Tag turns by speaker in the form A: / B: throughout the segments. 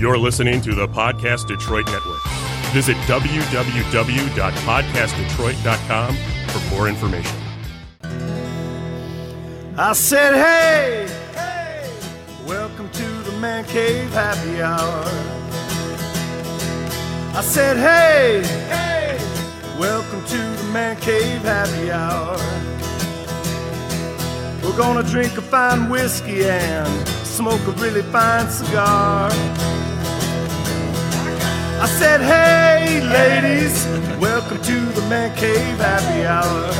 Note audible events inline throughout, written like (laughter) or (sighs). A: You're listening to the Podcast Detroit Network. Visit www.podcastdetroit.com for more information.
B: I said, hey, hey, welcome to the Man Cave Happy Hour. I said, hey, hey, welcome to the Man Cave Happy Hour. We're gonna drink a fine whiskey and smoke a really fine cigar. I said, hey, ladies, welcome to the Man Cave Happy Hour.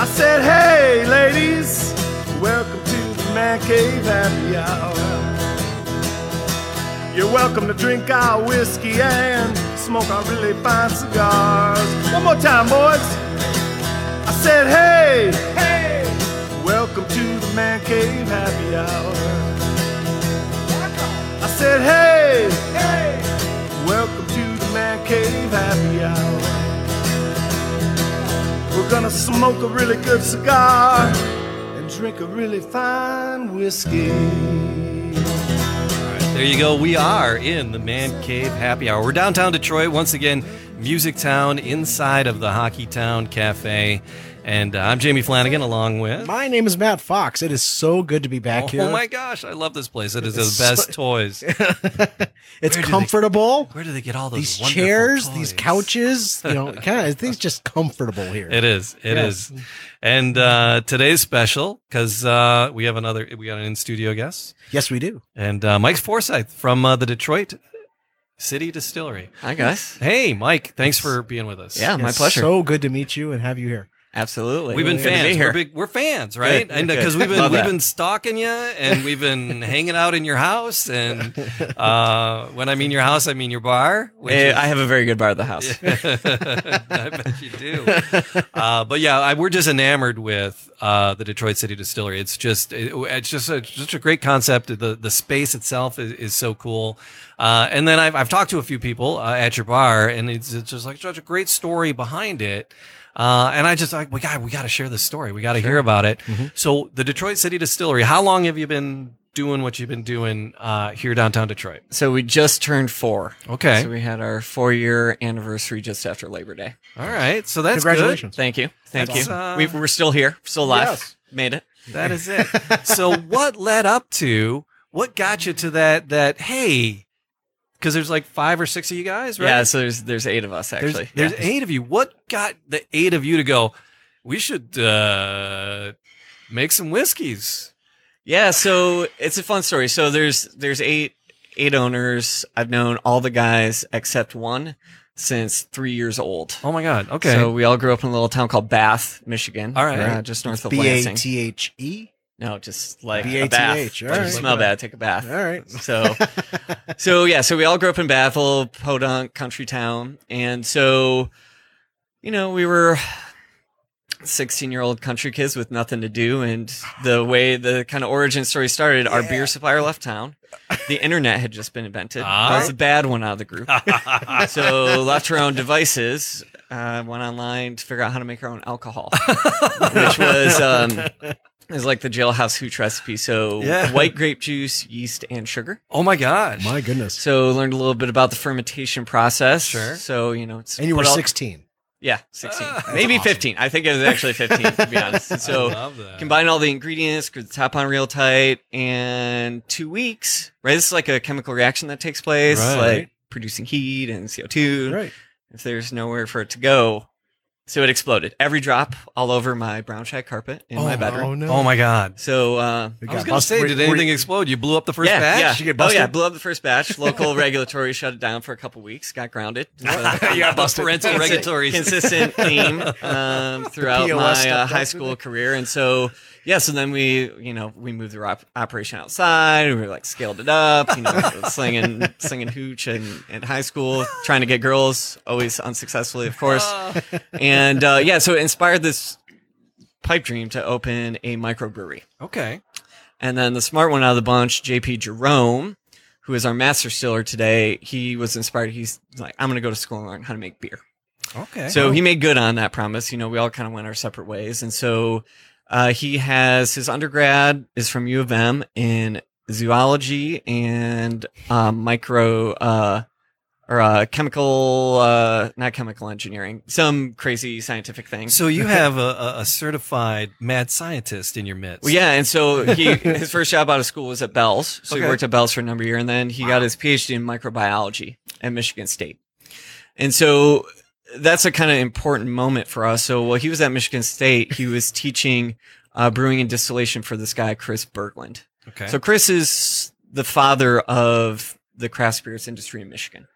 B: I said, hey, ladies, welcome to the Man Cave Happy Hour. You're welcome to drink our whiskey and smoke our really fine cigars. One more time, boys. I said, hey, hey, welcome to the Man Cave Happy Hour. I said, hey, hey, welcome to the Man Cave Happy Hour. We're gonna smoke a really good cigar and drink a really fine whiskey.
C: There you go. We are in the Man Cave Happy Hour. We're downtown Detroit once again, Music Town, inside of the Hockey Town Cafe, and uh, I'm Jamie Flanagan along with.
D: My name is Matt Fox. It is so good to be back
C: oh
D: here.
C: my gosh, I love this place. It is
D: It's
C: the best
D: so- (laughs)
C: toys.
D: it's
C: Where do they-
D: comfortable.
C: Where do they get all those
D: These
C: wonderful
D: chairs, these
C: toys?
D: couches, you know, kind of things just comfortable here.
C: It is. It
D: Yes.
C: is. And uh, today's special because uh, we have another. We got an in studio guest
D: Yes, we do.
C: and uh, Mike Forsyth from uh, the Detroit City Distillery.
E: Hi guys.
C: Hey, Mike. Thanks for being with us.
E: Yeah, my
D: It's
E: pleasure.
D: So good to meet you and have you here.
E: Absolutely.
C: We've been
E: Good to be
C: fans.
E: here.
C: We're, big, we're fans, right?
E: Good,
C: And
E: good.
C: because we've been
E: Love
C: we've
E: that.
C: been stalking you, and we've
E: (laughs)
C: been hanging out in your house, and uh, when I mean your house, I mean your bar. Which
E: Eh,
C: is-
E: I have a very good bar at the house.
C: (laughs) I bet you do. Uh, but yeah, I, we're just enamored with uh, the Detroit City Distillery. It's just it- it's just a, just a great concept. The the space itself is, is so cool. Uh, and then I've, I've talked to a few people uh, at your bar, and it's, it's just like such a great story behind it. Uh, and I just like we got we got to share this story. We got to hear about it. So the Detroit City Distillery. How long have you been doing what you've been doing uh, here downtown Detroit?
E: (laughs) So we just turned four.
C: Okay.
E: So we had our four year anniversary just after Labor Day.
C: All right. So that's good.
D: Congratulations.
E: Thank you. Thank
C: That's
E: you.
C: awesome.
E: we, we're still here. Still alive.
D: Yes.
E: Made it.
C: That is it. so what led up to what got you to that that hey because there's like five or six of you guys, right?
E: Yeah. So there's there's eight of us
C: There's,
E: actually.
C: there's
E: Yeah.
C: eight of you. What got the eight of you to go, we should uh make some whiskeys.
E: Yeah, so it's a fun story. So there's there's eight eight owners. I've known all the guys except one since three years old.
C: Oh my god. Okay.
E: So we all grew up in a little town called Bath, Michigan.
C: All right.
E: uh, just north of
D: B A
E: Lansing.
D: T H E.
E: No, just like a
D: B-A-T-H,
E: bath.
D: all
E: If
D: right.
E: you smell bad, take a bath.
D: All right. (laughs)
E: So, so yeah, so we all grew up in Bethel, podunk, country town, and so, you know, we were sixteen-year-old country kids with nothing to do, and
D: (sighs)
E: the way the kind of origin story started, our beer supplier left town. The internet had just been invented.
C: Ah.
E: I was the bad one out of
D: (laughs)
E: the group, so left her own devices. Uh, went online to figure out how to make her own alcohol,
C: (laughs)
E: which was um, is like the jailhouse hooch recipe. So
C: Yeah.
E: white grape juice, yeast, and sugar.
C: oh my gosh.
D: My goodness.
E: So learned a little bit about the fermentation process.
C: Sure.
E: So you know, it's
D: And you were
E: put all-
D: 16.
E: Yeah, sixteen,
C: Ah. That's
E: maybe
D: awesome.
E: fifteen. I think it was actually fifteen to be
C: (laughs)
E: honest.
C: I
E: So
C: love that.
E: combine all the ingredients, screw the top on real tight, and two weeks. Right, this is like a chemical reaction that takes place,
C: Right.
E: like producing heat and CO two.
D: Right.
E: If there's nowhere for it to go. So it exploded. Every drop all over my brown shag carpet in my bedroom.
D: no.
C: Oh my god.
E: So uh,
D: It
C: I was
D: got
C: gonna
D: busted.
C: say,
D: Were-
C: did
D: were-
C: anything explode? You blew up the first
E: yeah,
C: batch?
E: Yeah.
D: Did you get
E: oh yeah,
D: busted?
E: blew up the first batch. Local regulatory shut it down for a couple weeks. Got grounded. So-
C: you got busted. Parental
E: Consi-
C: regulatory.
E: consistent theme um, throughout
D: POS
E: my uh,
D: stuff,
E: high
D: that's
E: school career, and so yeah. So then we, you know, we moved the op- operation outside. We like scaled it up, you know, slinging slinging hooch in, in high school, trying to get girls, always unsuccessfully, of course. And uh, yeah, so it inspired this pipe dream to open a microbrewery.
C: Okay.
E: And then the smart one out of the bunch, JP Jerome, who is our master distiller today, he was inspired. He's like, I'm going to go to school and learn how to make beer.
C: Okay.
E: So he made good on that promise. You know, we all kind of went our separate ways. And so uh, he has his undergrad is from U of M in zoology and uh, micro uh, or uh, chemical, uh, not chemical engineering, some crazy scientific thing.
C: So you have a, a, a certified mad scientist in your midst.
E: Well, yeah, and so he his first job out of school was at Bell's. So
C: Okay.
E: he worked at Bell's for a number of years, and then he got his PhD in microbiology at Michigan State. And so that's a kind of important moment for us. So while he was at Michigan State, he was teaching uh, brewing and distillation for this guy Chris Berglund.
C: Okay.
E: So Chris is the father of the craft spirits industry in Michigan.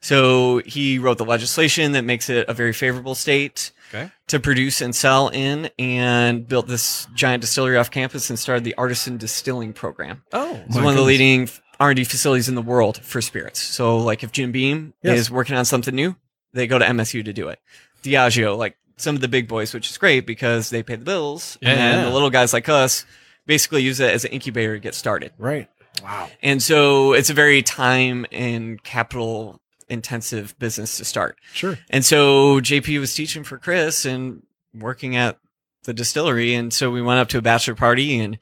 E: So he wrote the legislation that makes it a very favorable state
C: Okay.
E: to produce and sell in, and built this giant distillery off campus and started the artisan distilling program.
C: oh,
E: It's one of the leading R and D facilities in the world for spirits. So, like if Jim Beam
D: Yes.
E: is working on something new, they go to MSU to do it. Diageo, like some of the big boys, which is great because they pay the bills, and
C: Yeah.
E: then the little guys like us basically use it as an incubator to get started.
D: Right. Wow.
E: And so it's a very time and capital intensive business to start.
D: Sure.
E: And so JP was teaching for Chris and working at the distillery. And so we went up to a bachelor party and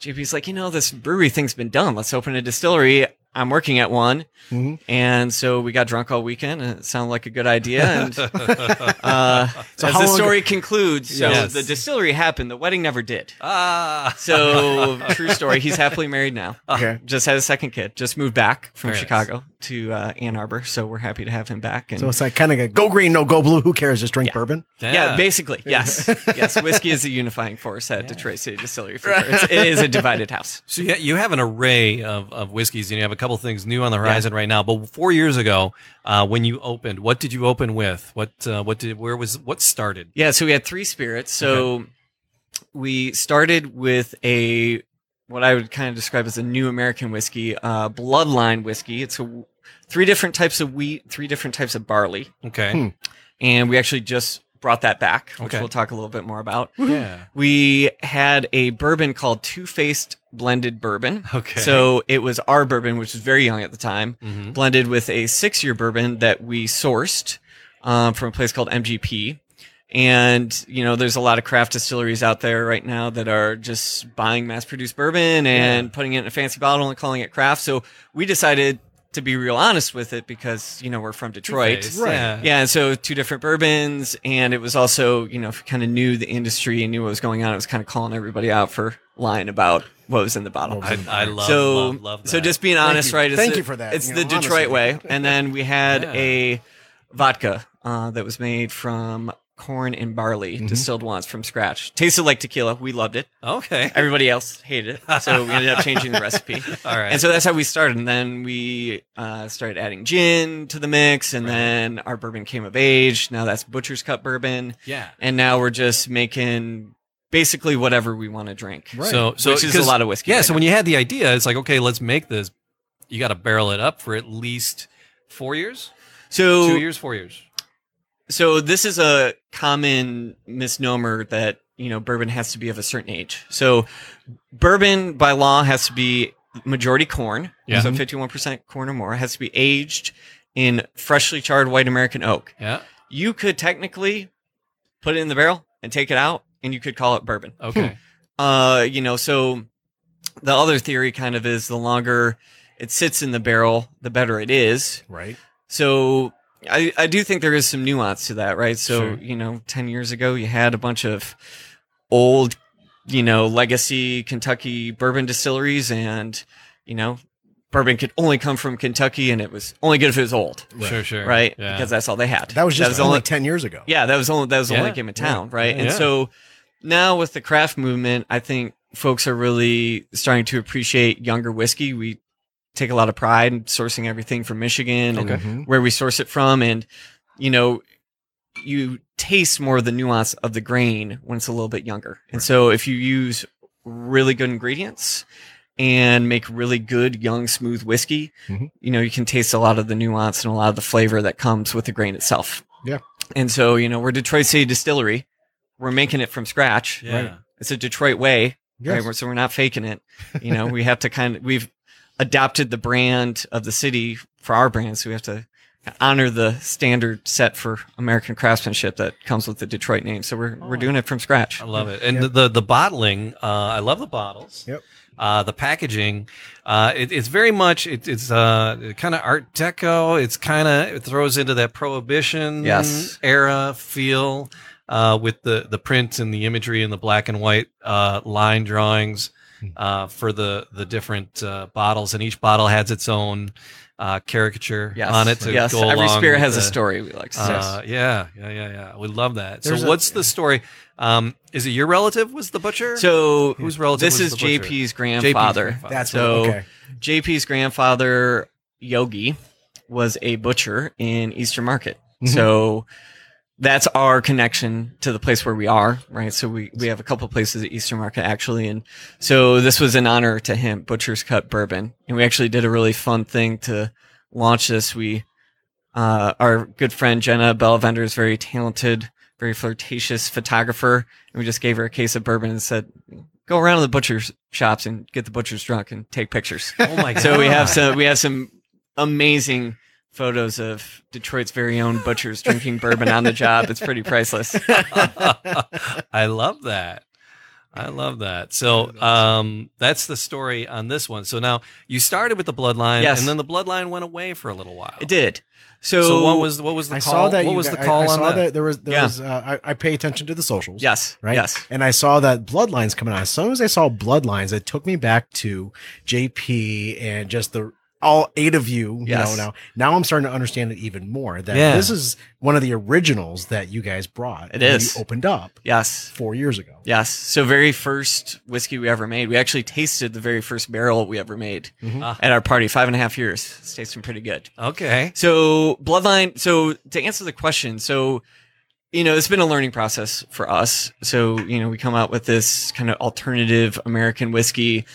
E: JP's like, you know, this brewery thing's been done. Let's open a distillery. I'm working at one.
D: Mhm.
E: And so we got drunk all weekend and it sounded like a good idea.
C: (laughs)
E: And uh,
D: (laughs) So
E: as
D: how
E: the
D: long-
E: story concludes, so
C: Yes.
E: the distillery happened. The wedding never did.
C: ah.
E: So
C: (laughs)
E: true story. He's happily married now
D: Okay.
E: just had a second kid. Just moved back from
C: Very nice.
E: Chicago to uh, Ann Arbor, so we're happy to have him back. And
D: So it's like kind of a go green, no go blue. Who cares? Just drink bourbon.
E: yeah, (laughs) basically, yes, yes. Whiskey (laughs) is a unifying force at Detroit City Distillery. For sure. It's, it is a divided house.
C: So yeah, you have an array of, of whiskeys, and you have a couple things new on the horizon right now. But four years ago, uh, when you opened, what did you open with? What uh, what did where was what started?
E: (laughs) Yeah, so we had three spirits. So we started with a what I would kind of describe as a new American whiskey, uh, bloodline whiskey. It's a three different types of wheat, three different types of barley,
C: Okay,
D: Hmm.
E: and we actually just brought that back, which
C: Okay.
E: we'll talk a little bit more about.
C: yeah,
E: we had a bourbon called Two Faced Blended Bourbon.
C: okay.
E: So it was our bourbon, which was very young at the time,
C: Mhm.
E: blended with a six year bourbon that we sourced um, from a place called MGP. And, you know, there's a lot of craft distilleries out there right now that are just buying mass produced bourbon and putting it in a fancy bottle and calling it craft. So we decided to be real honest with it because, you know, we're from Detroit.
C: Two-Face,
D: Right.
C: Yeah.
E: Yeah, and so two different bourbons, and it was also you know if you kind of knew the industry and knew what was going on, it was kind of calling everybody out for lying about what was in the bottle.
C: I, I love
E: so
C: love, love that.
E: so just being honest,
D: you.
E: right? it's
D: Thank
E: the-
D: you for that,
E: It's
D: you
E: the
D: know, honestly.
E: Detroit way. And then
D: (laughs)
E: we had
C: Yeah.
E: a vodka uh, that was made from corn and barley,
D: Mm-hmm.
E: distilled once from scratch. Tasted like tequila. We loved it.
C: okay.
E: (laughs) Everybody else hated it, so we ended up changing the
C: (laughs)
E: recipe.
C: All right.
E: And so that's how we started. And then we uh, started adding gin to the mix, and then our bourbon came of age. Now that's Butcher's Cut bourbon,
C: yeah.
E: and now we're just making basically whatever we want to drink.
D: Right.
C: So so
E: Which is a
C: 'cause-
E: lot of whiskey.
C: Yeah.
E: right
C: so
E: now.
C: when you had the idea, it's like okay, let's make this. You got to barrel it up for at least four years,
E: so
C: two years, four years.
E: So this is a common misnomer that you know bourbon has to be of a certain age. So bourbon by law has to be majority corn,
C: Yeah.
E: so fifty one percent corn or more, has to be aged in freshly charred white American oak.
C: Yeah.
E: You could technically put it in the barrel and take it out, and you could call it bourbon.
C: Okay.
E: Uh, you know, so the other theory kind of is the longer it sits in the barrel, the better it is.
D: Right.
E: So I, I do think there is some nuance to that, right? So,
C: Sure.
E: you know, 10 years ago, you had a bunch of old, you know, legacy Kentucky bourbon distilleries, and, you know, bourbon could only come from Kentucky, and it was only good if it was old,
C: Sure. Sure.
E: right?
C: Yeah.
E: Because that's all they had.
D: That was just
E: the
D: only
E: only
D: ten years ago.
E: yeah, that was only that was the
C: Yeah.
E: only game in town, right? And
C: Yeah.
E: so now with the craft movement, I think folks are really starting to appreciate younger whiskey. We take a lot of pride in sourcing everything from Michigan and
C: Okay.
D: Mhm.
E: where we source it from, and you know, you taste more of the nuance of the grain when it's a little bit younger. And so if you use really good ingredients and make really good young smooth whiskey,
D: Mhm.
E: you know, you can taste a lot of the nuance and a lot of the flavor that comes with the grain itself.
D: Yeah.
E: And so, you know, we're Detroit City Distillery. We're making it from scratch.
C: Yeah.
D: Right.
E: It's a Detroit way.
D: Yes.
E: Right? We're- So we're not faking it. You know, we have to kind of, we've adopted the brand of the city for our brand. So we have to honor the standard set for American craftsmanship that comes with the
C: Oh.
E: Detroit name. So we're, we're doing it from scratch.
C: I love it. And the, the the bottling, uh, I love the bottles.
D: Yep.
C: uh, the packaging. Uh, it, it's very much it, it's uh, kind of Art Deco. It's kind of it throws into that Prohibition
E: Yes.
C: era feel uh, with the the print and the imagery and the black and white uh, line drawings
E: Hmm.
C: uh, for the the different uh, bottles, and each bottle has its own uh, caricature
E: Yes.
C: on it to
E: yes.
C: go
E: Every
C: along
E: spirit
C: with
E: has a
C: the-
E: story. We like to say.
C: uh, yeah, yeah, yeah, yeah. We love that.
D: There's
C: so,
D: a-
C: what's
E: (laughs)
C: the story? Um, is it your relative was the butcher?
E: so
C: Whose relative
E: this
C: was
E: is
C: the butcher?
E: JP's
C: JP's
E: grandfather.
C: grandfather.
D: That's
E: So-
D: what, okay.
E: JP's grandfather Yogi was a butcher in Eastern Market. So that's our connection to the place where we are, right? So we, we have a couple places at Eastern Market actually. And so this was an honor to him, Butcher's Cut Bourbon. And we actually did a really fun thing to launch this. We, uh, our good friend Jenna Bellavender is very talented, very flirtatious photographer. And we just gave her a case of bourbon and said, go around to the butcher's shops and get the butchers drunk and take pictures.
C: oh my god!
E: So we have some we have some amazing photos of Detroit's very own butchers drinking bourbon on the job. It's
C: (laughs)
E: pretty priceless.
C: (laughs) I love that. I love that. So um, that's the story on this one. So now you started with the bloodline,
E: Yes.
C: and then the bloodline went away for a little while.
E: It did. So,
C: So, what was what was the
D: I
C: call?
D: saw that.
C: what
D: you
C: was
D: got-
C: the
D: I-
C: call
D: I,
C: on
D: saw
C: that?
D: that? There was. There
E: Yeah.
D: was. Uh, I, I pay attention to the socials.
E: yes,
D: Right.
E: Yes.
D: And I saw that bloodlines coming out. As soon as I saw bloodlines, it took me back to JP and just the all eight of you.
E: Yes.
D: You know, now now I'm starting to understand it even more. That
C: Yeah.
D: this is one of the originals that you guys brought.
E: It
D: and
E: is.
D: You opened up
E: Yes.
D: four years ago.
E: Yes. So very first whiskey we ever made. We actually tasted the very first barrel we ever made
D: Mm-hmm.
C: Ah.
E: at our party. Five and a half years. It's tasting pretty good.
C: Okay.
E: So bloodline. So to answer the question, so you know it's been a learning process for us. So you know we come out with this kind of alternative American whiskey.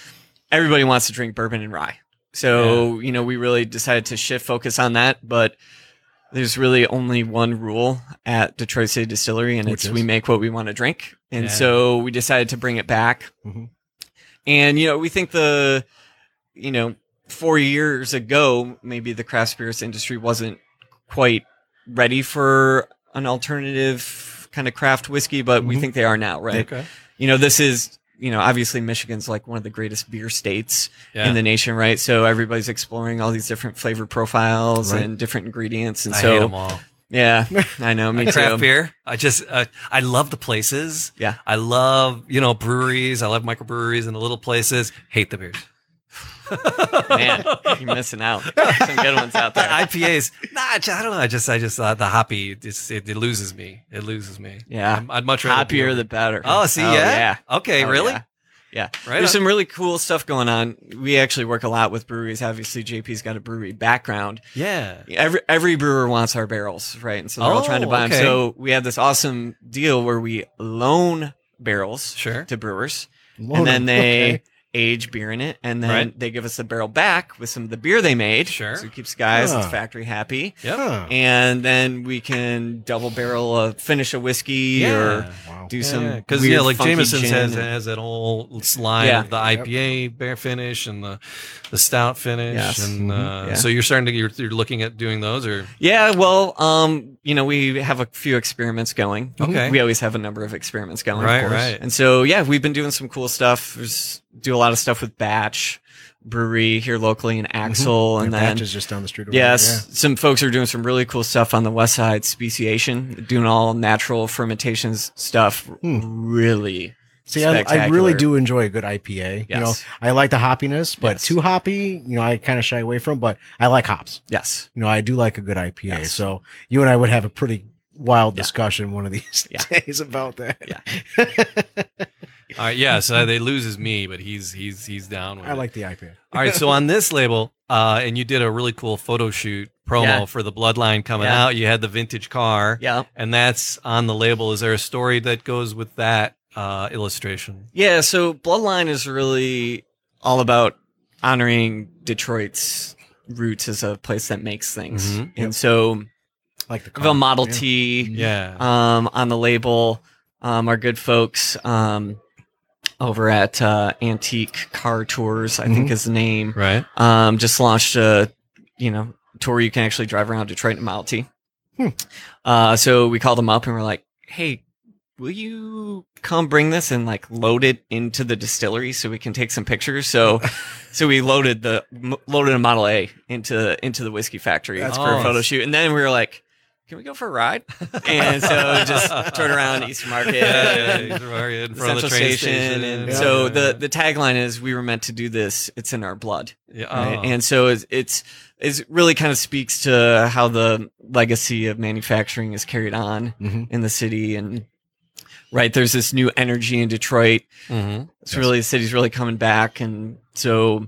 E: Everybody wants to drink bourbon and rye. So you know we really decided to shift focus on that, but there's really only one rule at Detroit City Distillery, and
D: Which
E: it's
D: is?
E: we make what we want to drink. And
C: Yeah. Mm-hmm.
E: so we decided to bring it back.
D: Mhm.
E: And you know we think the you know, four years ago, maybe the craft spirits industry wasn't quite ready for an alternative kind of craft whiskey, but we
D: Mhm.
E: think they are now, right?
C: Mm-hmm. Okay.
E: You know, this is, you know, obviously Michigan's like one of the greatest beer states
C: Yeah.
E: in the nation, right? So everybody's exploring all these different flavor profiles
D: Right.
E: and different ingredients. And
C: I
E: so,
C: hate them all.
E: yeah, I know, me
C: I (laughs) craft
E: too.
C: beer. I just uh, I love the places.
E: Yeah.
C: I love you know breweries. I love microbreweries and the little places. Hate the beers.
E: Man, you're missing (laughs) out. Some good ones out
C: The
E: there.
C: IPAs. Nah, I ju- I don't know. I just I just uh, the hoppy. It's, it, it loses me. It loses me.
E: Yeah.
C: I'm, I'd much rather be
E: Ah, Happier
C: over-
E: the better.
C: Oh, see, yeah?
E: yeah.
C: Okay,
E: Oh,
C: really?
E: yeah. Yeah.
C: Right.
E: There's
C: on.
E: some really cool stuff going on. We actually work a lot with breweries. Obviously, JP's got a brewery background.
C: yeah.
E: Every every brewer wants our barrels, right? And so they're all
C: Oh,
E: trying to buy
C: okay.
E: them. So we have this awesome deal where we loan barrels
C: Sure.
E: to brewers,
D: Lord,
E: and then they
D: okay.
E: age beer in it, and then
C: Right.
E: they give us the barrel back with some of the beer they made.
C: Sure.
E: So it keeps guys at the
D: Huh.
E: factory happy.
C: Yep.
D: Huh.
E: And then we can double barrel a finish a whiskey
C: Yeah.
E: or
D: Wow.
E: do some
C: Yeah,
E: because
C: because yeah, like Jameson
E: Jameson
C: says, eh. has that whole line
E: Yeah.
C: of the IPA bear finish and the the stout finish,
E: Yes.
C: and
E: Mm-hmm.
C: uh,
E: Yeah.
C: so you're starting to you're, you're looking at doing those or
E: Yeah, well, um, you know, we have a few experiments going.
C: Okay.
E: We always have a number of experiments going,
C: Right,
E: of course.
C: right.
E: And so, yeah, we've been doing some cool stuff. There's, do a lot of stuff with Batch Brewery here locally
C: Mm-hmm.
E: in Axel, and
D: And
E: then
D: Patch is just down the street. over
E: yes, some folks are doing some really cool stuff on the West Side, speciation, doing all natural fermentations stuff.
C: Hmm.
E: Really,
D: See, I, I
E: spectacular.
D: really do enjoy a good IPA. You know,
E: Yes.
D: I like the hoppiness, but
E: Yes.
D: too hoppy, you know, I kind of shy away from. But I like hops.
E: Yes.
D: You know, I do like a good IPA.
E: Yes.
D: So you and I would have a pretty wild discussion one of these
E: Yeah.
D: (laughs) days about that. (laughs)
E: Yeah.
C: all right yeah so they loses me but he's he's he's down with
D: I
C: it.
D: like the IPA.
C: All right, so on this label, uh, and you did a really cool photo shoot promo
E: Yeah.
C: for the Bloodline coming
E: Yeah.
C: out. You had the vintage car,
E: Yeah.
C: and that's on the label. Is there a story that goes with that uh, illustration?
E: Yeah, so Bloodline is really all about honoring Detroit's roots as a place that makes things.
C: Mhm.
E: And so
D: I like the
E: we have a
D: car.
E: Model
D: Yeah.
E: T
C: Yeah,
E: um, on the label. Um, our good folks um, over at uh, Antique Car Tours, I think is the name,
C: right.
E: um, just launched a you know tour you can actually drive around Detroit in a Model T.
D: Hmm.
E: Uh, so we called them up and we're like, "Hey, will you come bring this and like load it into the distillery so we can take some pictures? So, so we loaded the m- loaded a Model A into into the whiskey factory
D: That's
E: for a photo
C: perfect.
E: shoot, and then we were like, "Can we go for a ride?" And so just turn around East Market.
C: yeah,
E: and
C: yeah, yeah. in
E: the
C: front of the
E: Central
C: train
E: station, and
D: Yeah.
E: so the the tagline is "We were meant to do this. It's in our blood."
C: yeah,
E: right?
C: oh.
E: And so it's, it's it's really kind of speaks to how the legacy of manufacturing is carried on
D: Mhm.
E: in the city and right there's this new energy in Detroit.
C: Mhm.
E: It's really the city's really coming back and so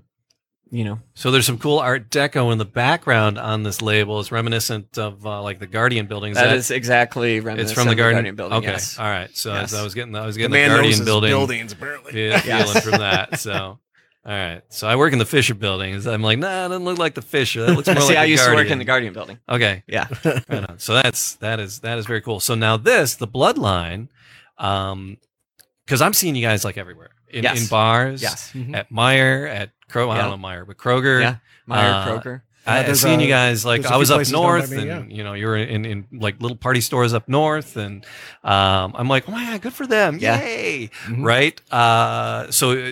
E: you know
C: So there's some cool Art Deco in the background on this label. It's reminiscent of uh, like the Guardian buildings.
E: that is exactly
C: it's
E: reminiscent
C: from the
E: of
C: Guardian,
E: building.
C: Okay, Uh,
E: Yes. (laughs)
C: all right. So
E: Yes.
C: I was getting, I was
D: The
C: getting the,
D: man knows
C: Guardian
D: his
C: building.
D: buildings, apparently.
C: feel,
E: (laughs) Yes.
C: feeling from that. So, all right. So I work in the Fisher buildings. I'm like, nah, it doesn't look like the Fisher. That
E: (laughs)
C: looks more
E: See,
C: like
E: I
C: the
E: used
C: Guardian.
E: to work in the Guardian building.
C: Okay.
E: Yeah.
C: (laughs) Right on. So that's that is that is very cool. So now this the bloodline, um, because I'm seeing you guys like everywhere in,
E: Yes.
C: in bars,
E: Yes.
D: Mm-hmm.
C: at Meyer, at Kroger. I
E: Yeah.
C: don't know Meyer, but Kroger.
E: Yeah. Meyer
C: Uh,
E: Kroger.
D: Yeah,
C: I, I've
D: there's
C: seen
D: a-
C: you guys like
D: there's
C: I
D: a few
C: was up
D: places down by
C: north,
D: me,
C: and you know you were in, in like little party stores up north, and um, I'm like, oh my god, good for them,
E: Yeah.
C: yay,
D: Mhm.
C: right? Uh, so. uh,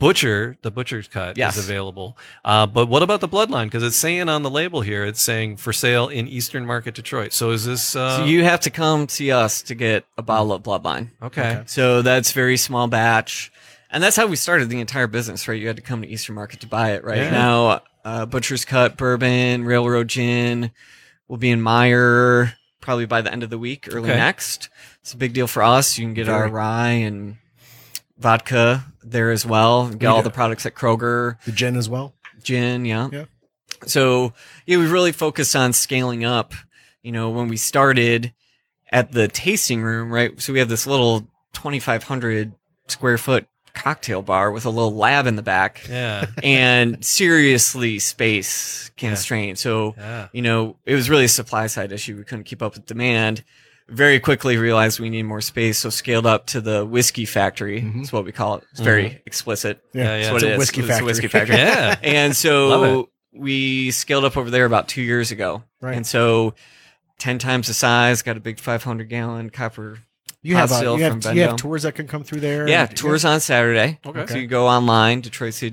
C: Butcher, the butcher's cut
E: Yes.
C: is available. Uh, but what about the bloodline? Because it's saying on the label here, it's saying for sale in Eastern Market Detroit. So is this uh,
E: so you have to come see us to get a bottle of Bloodline.
C: okay?
E: So that's very small batch. And that's how we started the entire business, right? You had to come to Eastern Market to buy it, right?
C: Yeah.
E: Now, uh, Butcher's Cut, Bourbon, Railroad Gin will be in Meyer probably by the end of the week, early
C: Okay.
E: next. It's a big deal for us. You can get our
D: Very.
E: rye and vodka there as well. Get all the products at Kroger,
D: The gin as well.
E: gin, yeah.
D: Yeah.
E: So, yeah, we really focused on scaling up. You know, when we started, at the tasting room, right? So we have this little 2,500 square foot cocktail bar with a little lab in the back
C: Yeah, (laughs)
E: and seriously space constrained. So,
D: (laughs)
C: yeah.
E: you know, it was really a supply side issue. We couldn't keep up with demand. Very quickly realized we need more space. So scaled up to the whiskey factory.
D: Mhm.
E: That's what we call it. It's very explicit.
C: Yeah, yeah.
E: That's
C: It's
E: what
D: a
E: it is.
D: whiskey
E: It's a
C: (laughs)
E: whiskey
D: (laughs)
E: factory.
C: yeah.
E: And
C: (laughs) Love
E: so we scaled up over there about two years ago.
D: Right.
E: And so 10 times the size, got a big 500 gallon copper.
D: You have, uh,
E: Pottsville
D: you, have
E: from
D: you have
E: Bendigo.
D: tours that can come through there.
E: Yeah,
D: and-
E: tours on Saturday.
C: Okay.
E: So you go online,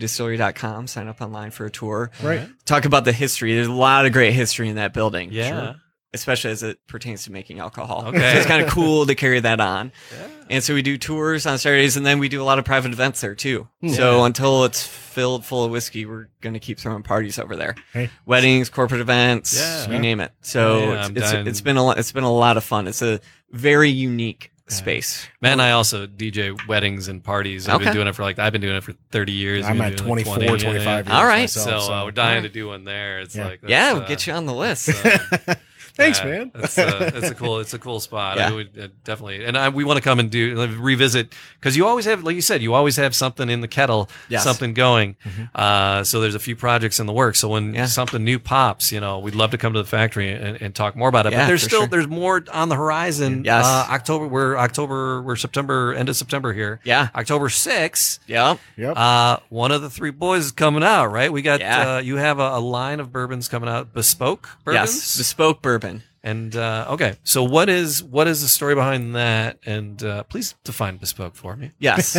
E: DetroitCityDistillery.com, sign up online for a tour.
D: Right.
E: Talk about the history. There's a lot of great history in that building.
C: Yeah.
E: Especially as it pertains to making alcohol.
C: Okay.
E: So it's
C: (laughs)
E: kind of cool to carry that on.
C: Yeah.
E: And so we do tours on Saturdays and then we do a lot of private events there too.
D: Hmm.
E: So until it's filled full of whiskey, we're going to keep throwing parties over there.
D: Hey.
E: Weddings, corporate events,
C: Yeah.
E: you name it. So
C: Yeah,
E: it's,
C: I'm
E: it's,
C: dying.
E: it's been a lot, it's been a lot of fun. It's a very unique space.
C: Man, I also DJ weddings and parties. I've been
E: Okay.
C: doing it for like I've been doing it for 30 years.
D: I'm
C: You've
D: at
C: been doing it
D: 24,
C: for 20, yeah,
D: 25
C: yeah.
D: years
E: All right.
D: myself,
C: So, uh, we're dying to do one there. It's
D: Yeah.
C: like
E: yeah,
C: that's,
E: we'll get
C: uh,
E: you on the list.
C: that's, uh,
D: Thanks,
C: yeah,
D: man.
C: That's,
E: (laughs)
C: uh, that's a cool. It's a cool spot. I
E: Yeah.
C: would uh, definitely, and I, we want to come and do like, revisit because you always have, like you said, you always have something in the kettle,
E: Yes. Mm-hmm.
C: something going. Uh, so there's a few projects in the works. So when
E: Yeah.
C: something new pops, you know, we'd love to come to the factory and, and talk more about it. but
E: Yeah,
C: there's
E: for
C: still
E: sure.
C: there's more on the horizon.
E: Yes.
C: Uh, October. We're October. We're September. End of September here.
E: Yeah.
C: October 6th,
E: (laughs) Yeah.
D: Yep.
C: uh, one of the three boys is coming out, right? We got,
E: Yeah.
C: uh, you have a, a line of bourbons coming out, bespoke bourbons.
E: Yes. Bespoke bourbon.
C: and, uh, okay. So what is, what is the story behind that? And, uh, please define bespoke for me
E: Yes.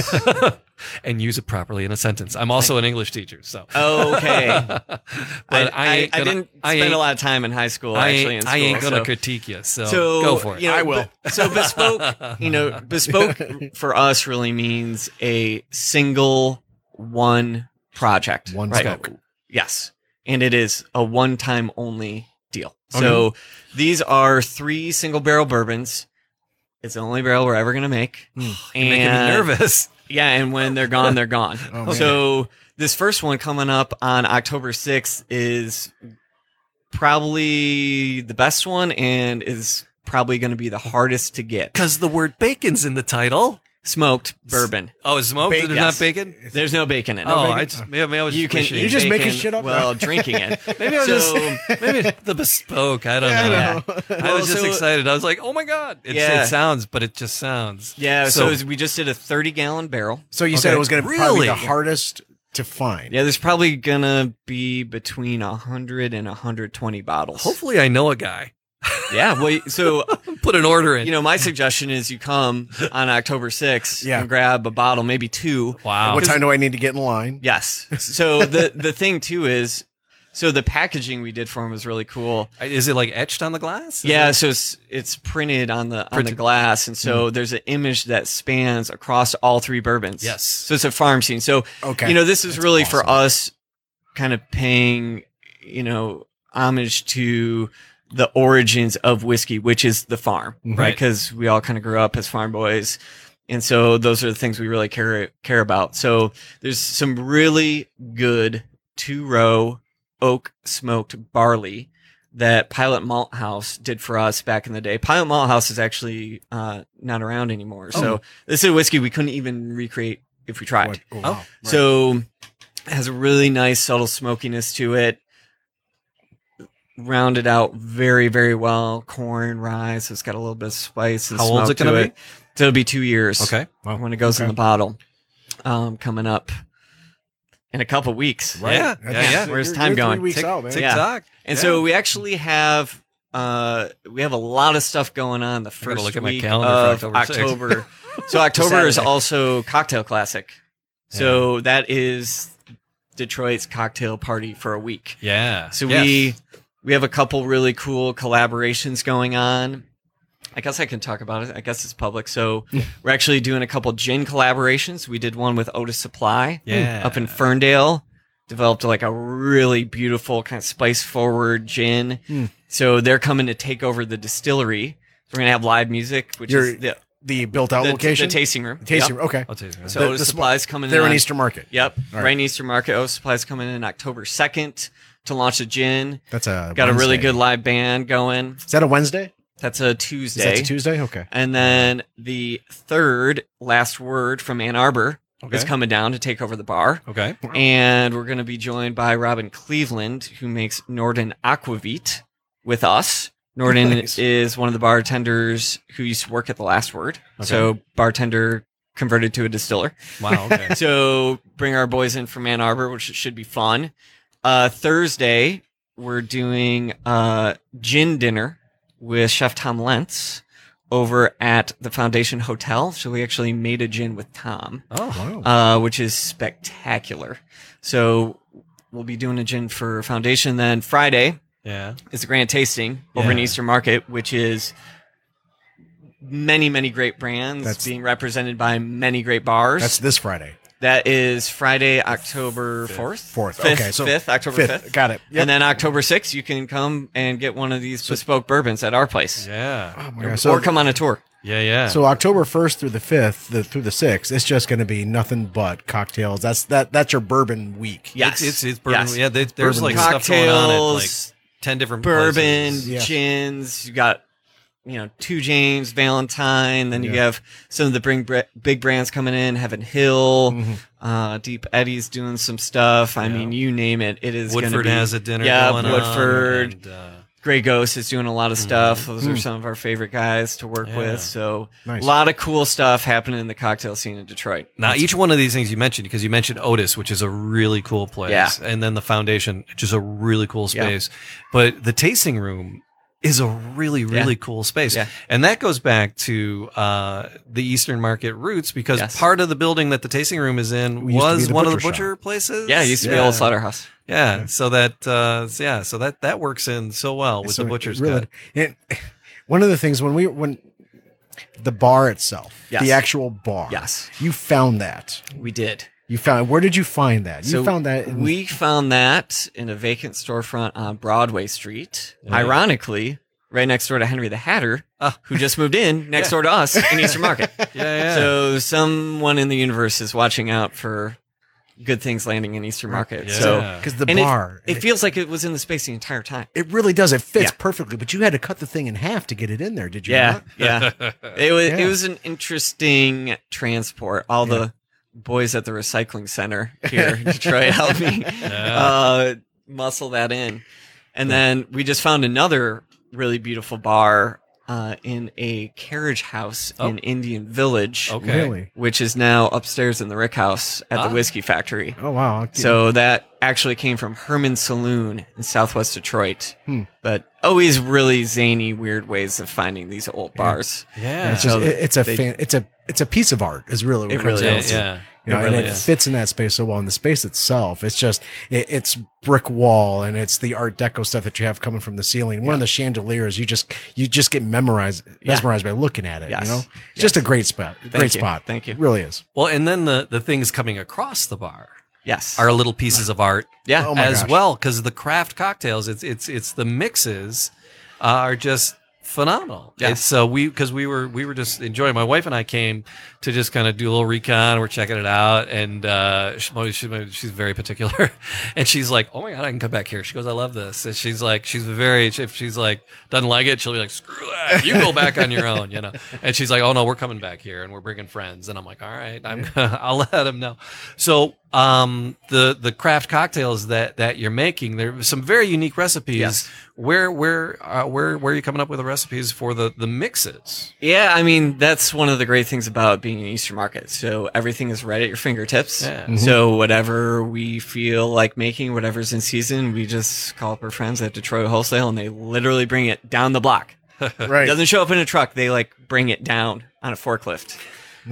C: (laughs) and use it properly in a sentence. I'm also an English teacher, so. (laughs)
E: okay.
C: but
E: I,
C: I,
E: I-
C: ain't
E: I
C: gonna,
E: didn't
C: I
E: spend
C: ain't-
E: a lot of time in high school,
C: I
E: actually.
C: ain't,
E: In
C: I ain't
E: school,
C: gonna
E: so-
C: critique you, so,
E: so
C: go for it.
E: You know,
D: I will.
E: be- (laughs) So bespoke,
C: (laughs)
E: you know, bespoke for us really means a single one project.
D: One
E: right?
D: scope.
E: Yes. And it is a one time only deal. So these are three single barrel bourbons. It's the only barrel we're ever going to make.
C: Hmm. You're making me nervous.
E: Yeah, and when they're gone, they're
C: (laughs)
E: gone.
D: Oh, man.
E: so this first one coming up on October 6th is probably the best one and is probably going to be the hardest to get.
C: Because the word bacon's in the title.
E: Smoked bourbon.
C: Oh, is smoke?
D: Bacon.
C: There's
E: Yes.
C: not bacon?
E: There's no bacon in it.
C: oh,
D: bacon?
C: I just, maybe, maybe I was
E: you can
C: wishing.
E: eat
D: You're just making
E: bacon
D: shit up now.
E: while drinking it.
C: Maybe I was
E: So-
C: just (laughs) maybe the bespoke. I don't
D: I
C: know.
E: (laughs)
D: know.
C: I was
E: Well,
C: just
E: so- uh,
C: excited. I was like, "Oh my god!" It's,
E: Yeah.
C: It sounds, but it just sounds.
E: Yeah, so,
C: So-
E: is- we just did a 30 gallon barrel.
D: So you said
C: Okay.
D: it was going to probably be the
C: Really?
D: hardest to find.
E: Yeah, there's probably going to be between 100 and 120 bottles.
C: Hopefully, I know a guy. (laughs)
E: Yeah, well, so
C: Put an order in.
E: You know, my suggestion is you come on October 6th
D: Yeah.
E: and grab a bottle, maybe two.
C: wow.
D: What time do I need to get in line?
E: Yes. So the the thing too is, so the packaging we did for him was really cool.
C: Is it like etched on the glass? Is
E: yeah,
C: it-
E: so it's, it's printed on the on the
C: Printed. Mm-hmm.
E: glass, and so there's an image that spans across all three bourbons.
C: Yes.
E: So it's a farm scene. So
D: Okay.
E: you know, this is
D: That's
E: really for
D: awesome.
E: us, kind of paying you know homage to the origins of whiskey, which is the farm,
D: Mm-hmm.
C: Right.
E: Because we all kind of grew up as farm boys. And so those are the things we really care care about. So there's some really good two row oak smoked barley that Pilot Malt House did for us back in the day. Pilot Malt House is actually uh, not around anymore. So this is a whiskey we couldn't even recreate if we tried.
D: Oh. What- oh,
C: Oh,
D: wow.
E: So it has a really nice subtle smokiness to it. Rounded out very, very well. Corn, rye, so it's got a little bit of spice. And
C: How old's
E: smoke
C: it gonna
E: to
C: be?
E: So it'll be two years
C: Okay.
D: Wow.
E: when it goes in
D: Okay.
E: the bottle. Um, coming up in a couple weeks.
C: Right. Yeah. Yeah.
D: That's-
C: yeah.
D: you're-
E: Where's
D: you're
E: time
D: three
E: going?
D: Weeks
C: Tick-
D: out, man.
E: tick- Yeah.
C: TikTok.
E: And
C: Yeah.
E: so we actually have uh, we have a lot of stuff going on the first
C: look at my
E: week
C: calendar for
E: of
C: October sixth. (laughs)
E: October. so October is
C: Saturday.
E: also Cocktail Classic. So that is Detroit's cocktail party for a week.
C: Yeah.
E: So
C: Yes.
E: we we have a couple really cool collaborations going on. I guess I can talk about it. I guess it's public.
D: (laughs)
E: So we're actually doing a couple gin collaborations. We did one with Otis Supply
C: Yeah.
E: up in Ferndale. Developed like a really beautiful kind of spice forward gin.
D: Hmm.
E: So they're coming to take over the distillery. We're gonna have live music, which
D: You're-
E: is the,
D: The built out
E: the,
D: location.
E: the tasting room.
D: The tasting
E: Yep.
D: room. Okay.
C: I'll tell you.
E: So
D: The-
E: Otis
D: the sm-
E: Supply's coming
D: They're
E: in.
D: in
E: on-
D: Easter Market.
E: Yep,
D: All right.
E: right in Easter Market. Otis Supply's coming in October second to launch a gin.
D: That's a
E: Got a really
D: Wednesday.
E: good live band going.
D: Is that a Wednesday?
E: That's a Tuesday.
D: Is that a Tuesday?
E: (laughs)
D: Okay.
E: and then the third last word from Ann Arbor is
C: Okay.
E: coming down to take over the bar.
C: okay.
E: And we're going to be joined by Robin Cleveland, who makes Norden Aquavit with us. Norden
D: Nice.
E: is one of the bartenders who used to work at the last word.
C: Okay.
E: So, bartender converted to a distiller.
C: Wow. Okay.
E: (laughs) so, bring our boys in from Ann Arbor, which should be fun. Uh, Thursday, we're doing uh, gin dinner with Chef Tom Lentz over at the Foundation Hotel. So, we actually made a gin with Tom
C: oh.
D: Wow.
E: uh, which is spectacular. So we'll be doing a gin for Foundation. Then Friday
C: Yeah.
E: is the grand tasting over in
C: Yeah.
E: Easter Market, which is many, many great brands
D: That's-
E: being represented by many great bars.
D: That's this Friday,
E: that is Friday, October
C: Fifth.
E: 4th.
D: fourth.
E: 5th,
D: okay, so
E: 5th, October 5th.
D: fifth. Got it. Yep.
E: And then October 6th, you can come and get one of these bespoke bourbons at our place.
C: Yeah.
D: Oh my God. So,
E: or come on a tour.
C: Yeah. Yeah.
D: so October first through the fifth, the, through the sixth, it's just going to be nothing but cocktails. That's that. That's your bourbon week.
E: Yes.
C: it's it's, it's bourbon.
E: Yes.
C: Yeah. They, there's
D: Bourbon
C: like stuff going on at like
E: Cocktails,
C: ten different
E: bourbon,
C: places.
D: Yeah.
E: gins. You got, you know, two James, Valentine. Then you
D: Yeah.
E: have some of the bring bre- big brands coming in. Heaven Hill,
D: Mhm.
E: uh, Deep Eddie's doing some stuff. I mean, you name it. It is gonna
C: Woodford
E: be,
C: has a dinner.
E: Yeah,
C: going
E: Woodford.
C: On and, uh,
E: Gray Ghost is doing a lot of stuff. Those are
D: Mm.
E: some of our favorite guys to work
C: Yeah.
E: with. So
D: Nice.
E: a lot of cool stuff happening in the cocktail scene in Detroit.
C: now, each one of these things you mentioned, because you mentioned Otis, which is a really cool place,
E: Yeah.
C: and then the Foundation, which is a really cool
E: Yeah.
C: space. But the tasting room is a really, really cool space.
E: Yeah.
C: And that goes back to uh, the Eastern Market roots, because
E: Yes.
C: part of the building that the tasting room is in
D: We used to be
C: was
D: the
C: one of the
D: butcher
C: butcher places.
E: Yeah, it used to be Old Slaughterhouse.
C: Yeah, so that uh, yeah, so that that works in so well with
D: So
C: the butcher's
D: really-
C: cut.
D: And (laughs) one of the things when we when the bar itself,
E: Yes.
D: the actual bar,
E: Yes,
D: you found that.
E: we did.
D: You found where did you find that? You
E: So
D: found that. in-
E: we found that in a vacant storefront on Broadway Street.
C: Yeah.
E: Ironically, right next door to Henry the Hatter,
C: Ah.
E: who just
C: (laughs)
E: moved in next
C: Yeah.
E: door to us in
C: (laughs)
E: Eastern Market.
C: Yeah, yeah.
E: So someone in the universe is watching out for good things landing in Eastern Market.
C: Yeah.
E: So
D: because the
E: and it-
D: bar
E: it feels like it was in the space the entire time.
D: It really does. It fits
E: Yeah.
D: perfectly, but you had to cut the thing in half to get it in there, did you?
E: Yeah,
D: not?
E: yeah. It was
D: Yeah.
E: it was an interesting transport. All the boys at the
C: (laughs)
E: recycling center here in Detroit helped me uh, muscle that in, and then we just found another really beautiful bar uh, in a carriage house
C: Oh.
E: in Indian Village,
C: Okay.
D: Really?
E: which is now upstairs in the Rick House at
C: Ah.
E: the Whiskey Factory.
D: Oh wow. Okay.
E: So that actually came from Herman Saloon in Southwest Detroit,
D: Hmm.
E: but always really zany, weird ways of finding these old bars.
C: Yeah.
D: Yeah, it's just
E: So
D: it- it's a
E: they-
D: fan, it's a it's a piece of art. Is really what
E: It
D: comes
E: really
D: down
E: is,
D: to.
C: yeah.
D: You know,
C: It
D: and
C: really
D: it
C: is.
D: fits in that space so well. And the space itself, it's just it, it's brick wall and it's the Art Deco stuff that you have coming from the ceiling. One of the chandeliers, you just you just get memorized
E: Yeah.
D: mesmerized by looking at it.
E: Yes.
D: You know, It's just a
E: Yes.
D: great spot. great
E: you.
D: spot.
E: Thank you.
D: It really is.
C: Well, and then the the things coming across the bar
E: Yes.
C: are little pieces of art
E: yeah.
D: Oh my
C: as
D: gosh.
C: well because the craft cocktails it's it's it's the mixes uh, are just phenomenal
E: Yeah.
C: it's so we because we were we were just enjoying my wife and i came to just kind of do a little recon we're checking it out and uh she, my- she- my- she's very particular (laughs) and she's like oh my god i can come back here she goes i love this and she's like she's very if she's like doesn't like it she'll be like screw that you go back on your own you know and she's like oh no we're coming back here and we're bringing friends and i'm like all right i'm (laughs) i'll let them know so um, the the craft cocktails that that you're making, there are some very unique recipes.
E: Yes.
C: Where where uh, where where are you coming up with the recipes for the the mixes?
E: Yeah, I mean that's one of the great things about being an Easter market. So everything is right at your fingertips.
C: Yeah.
D: Mm-hmm.
E: So whatever we feel like making, whatever's in season, we just call up our friends at Detroit Wholesale, and they literally bring it down the block. It
D: Right.
E: doesn't show up in a truck. They like bring it down on a forklift.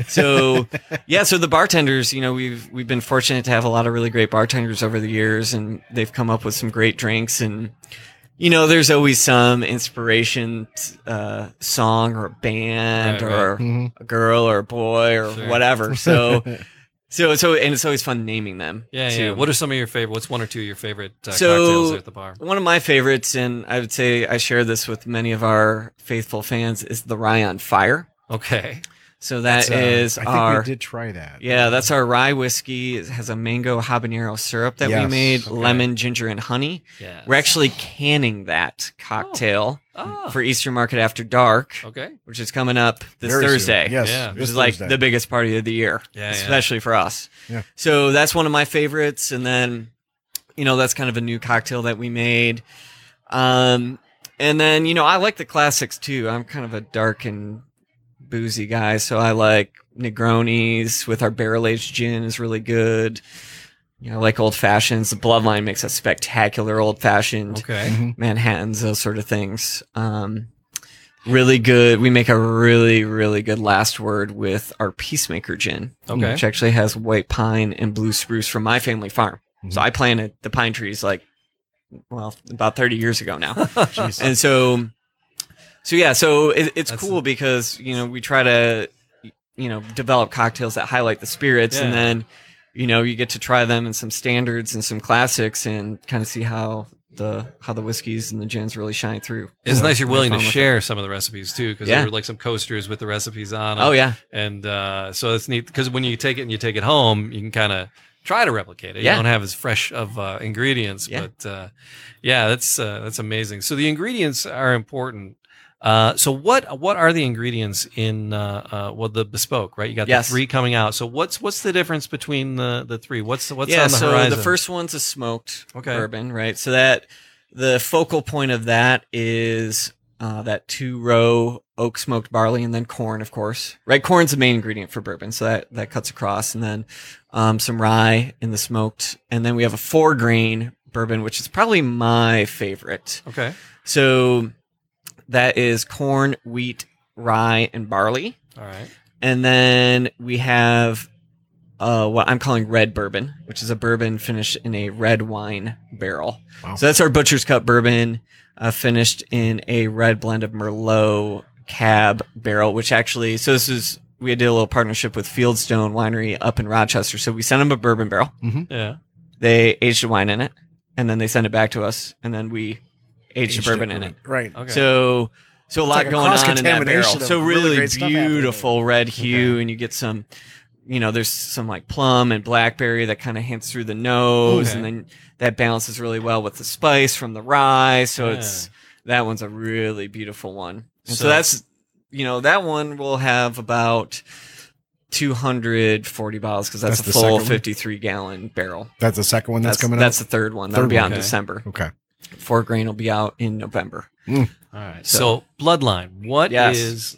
E: So yeah, so the bartenders, you know, we've we've been fortunate to have a lot of really great bartenders over the years and they've come up with some great drinks and you know, there's always some inspiration uh, song or a band
C: Right,
E: or
D: Mhm.
E: a girl or a boy or
C: Sure.
E: whatever.
C: (laughs)
E: So so so and it's always fun naming them.
C: Yeah,
E: too.
C: yeah. What are some of your favorite? What's one or two of your favorite uh,
E: So-
C: cocktails there at the bar?
E: One of my favorites, and I would say I share this with many of our faithful fans, is the Rye on Fire.
C: Okay.
E: So that
D: So,
E: is
D: uh, I think
E: our
D: we did try that.
E: yeah, that's our rye whiskey. It has a mango habanero syrup that we
D: Yes.
E: made,
D: Okay.
E: lemon, ginger, and honey.
C: Yeah.
E: We're actually
D: Oh.
E: canning that cocktail
C: Ah.
E: for Easter Market After Dark,
C: okay.
E: which is coming up this
D: Very soon.
E: Thursday.
D: Yes.
C: Yeah.
E: Which
D: this
E: is like
D: Thursday.
E: the biggest party of the year,
C: Yeah, yeah.
E: especially for us.
D: Yeah.
E: So that's one of my favorites. And then, you know, that's kind of a new cocktail that we made. Um, and then, you know, I like the classics too. I'm kind of a dark and boozy guy. So I like Negronis with our barrel aged gin is really good. You know, I like old fashions. The Bloodline makes a spectacular old fashioned.
C: Okay.
D: Mhm.
E: Manhattans, those sort of things. Um, really good. We make a really, really good last word with our Peacemaker gin,
C: Okay.
E: which actually has white pine and blue spruce from my family farm.
C: Mm-hmm.
E: So I planted the pine trees like, well, about 30 years ago
C: (laughs)
E: now.
D: Jeez.
E: and so, so yeah, so it, it's
C: That's-
E: cool because, you know, we try to, you know, develop cocktails that highlight the spirits and
C: Yeah.
E: then, you know, you get to try them and some standards and some classics and kind of see how the how the whiskeys and the gins really shine through.
C: It's nice you're
E: have
C: willing to
E: fun with
C: share some of the recipes too, because
E: Yeah.
C: there were like some coasters with the recipes on. 'em.
E: Oh yeah.
C: and uh, so it's neat because when you take it and you take it home, you can kind of try to replicate it.
E: Yeah.
C: You don't have as fresh of uh, ingredients,
E: Yeah.
C: but uh, yeah, that's uh, that's amazing. So the ingredients are important. Uh, so what what are the ingredients in uh, uh, well the bespoke right? You got
E: Yes.
C: the three coming out. So what's what's the difference between the the three? What's what's
E: yeah,
C: on the
E: so
C: horizon?
E: the first one's a smoked
C: Okay.
E: bourbon, right? So that the focal point of that is uh, that two row oak smoked barley and then corn, of course. Right, corn's the main ingredient for bourbon, so that that cuts across, and then um, some rye in the smoked, and then we have a four grain bourbon, which is probably my favorite.
C: okay,
E: So that is corn, wheat, rye, and barley.
C: all right,
E: And then we have uh, what I'm calling red bourbon, which is a bourbon finished in a red wine barrel.
D: Wow.
E: So that's our Butcher's Cup bourbon uh, finished in a red blend of Merlot cab barrel, which actually, so this is, we did a little partnership with Fieldstone Winery up in Rochester. So we sent them a bourbon barrel.
C: yeah,
E: They aged the wine in it, and then they sent it back to us, and then we aged,
D: Aged
E: the bourbon
D: it,
E: in it.
D: right. Right.
C: okay,
E: So so a lot
D: like a
E: going on in that
D: cross-contamination
E: barrel.
D: of
E: So
D: really
E: really,
D: great stuff happening.
E: beautiful red hue, and you get some. You know, there's some like plum and blackberry that kind of hints through the nose,
C: Okay.
E: and then that balances really well with the spice from the rye. So it's that one's a really beautiful one. And so,
C: So-
E: that's you know that one will have about 240 bottles because that's,
D: That's
E: a
D: the second
E: full
D: one?
E: 53 gallon barrel.
D: That's the second one that's, coming
E: that's
D: up.
E: the third one. That'll
D: Third
E: be out
D: one.
E: in
C: Okay.
E: December.
D: Okay.
E: Four grain will be out in November.
D: Mm. All right.
E: So-
C: So, bloodline. What
E: Yes.
C: is-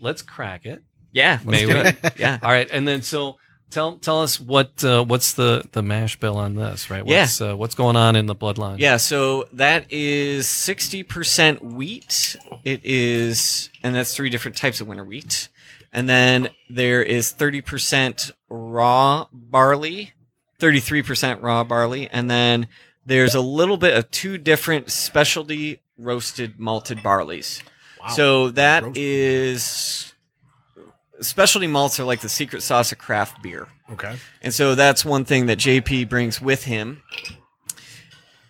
C: Let's crack it.
E: Yeah,
C: May
E: do
C: we?
E: it. (laughs) Yeah.
C: All right, and then so tell tell us what uh, what's the the mash bill on this, right?
E: Yeah.
C: What's uh, what's going on in the bloodline?
E: Yeah, so that is 60% wheat. It is, and that's three different types of winter wheat. And then there is 30% raw barley, 33% raw barley. And then there's a little bit of two different specialty roasted malted barleys. So that is
D: Roasted.
E: specialty malts are like the secret sauce of craft beer.
D: okay.
E: And so that's one thing that JP brings with him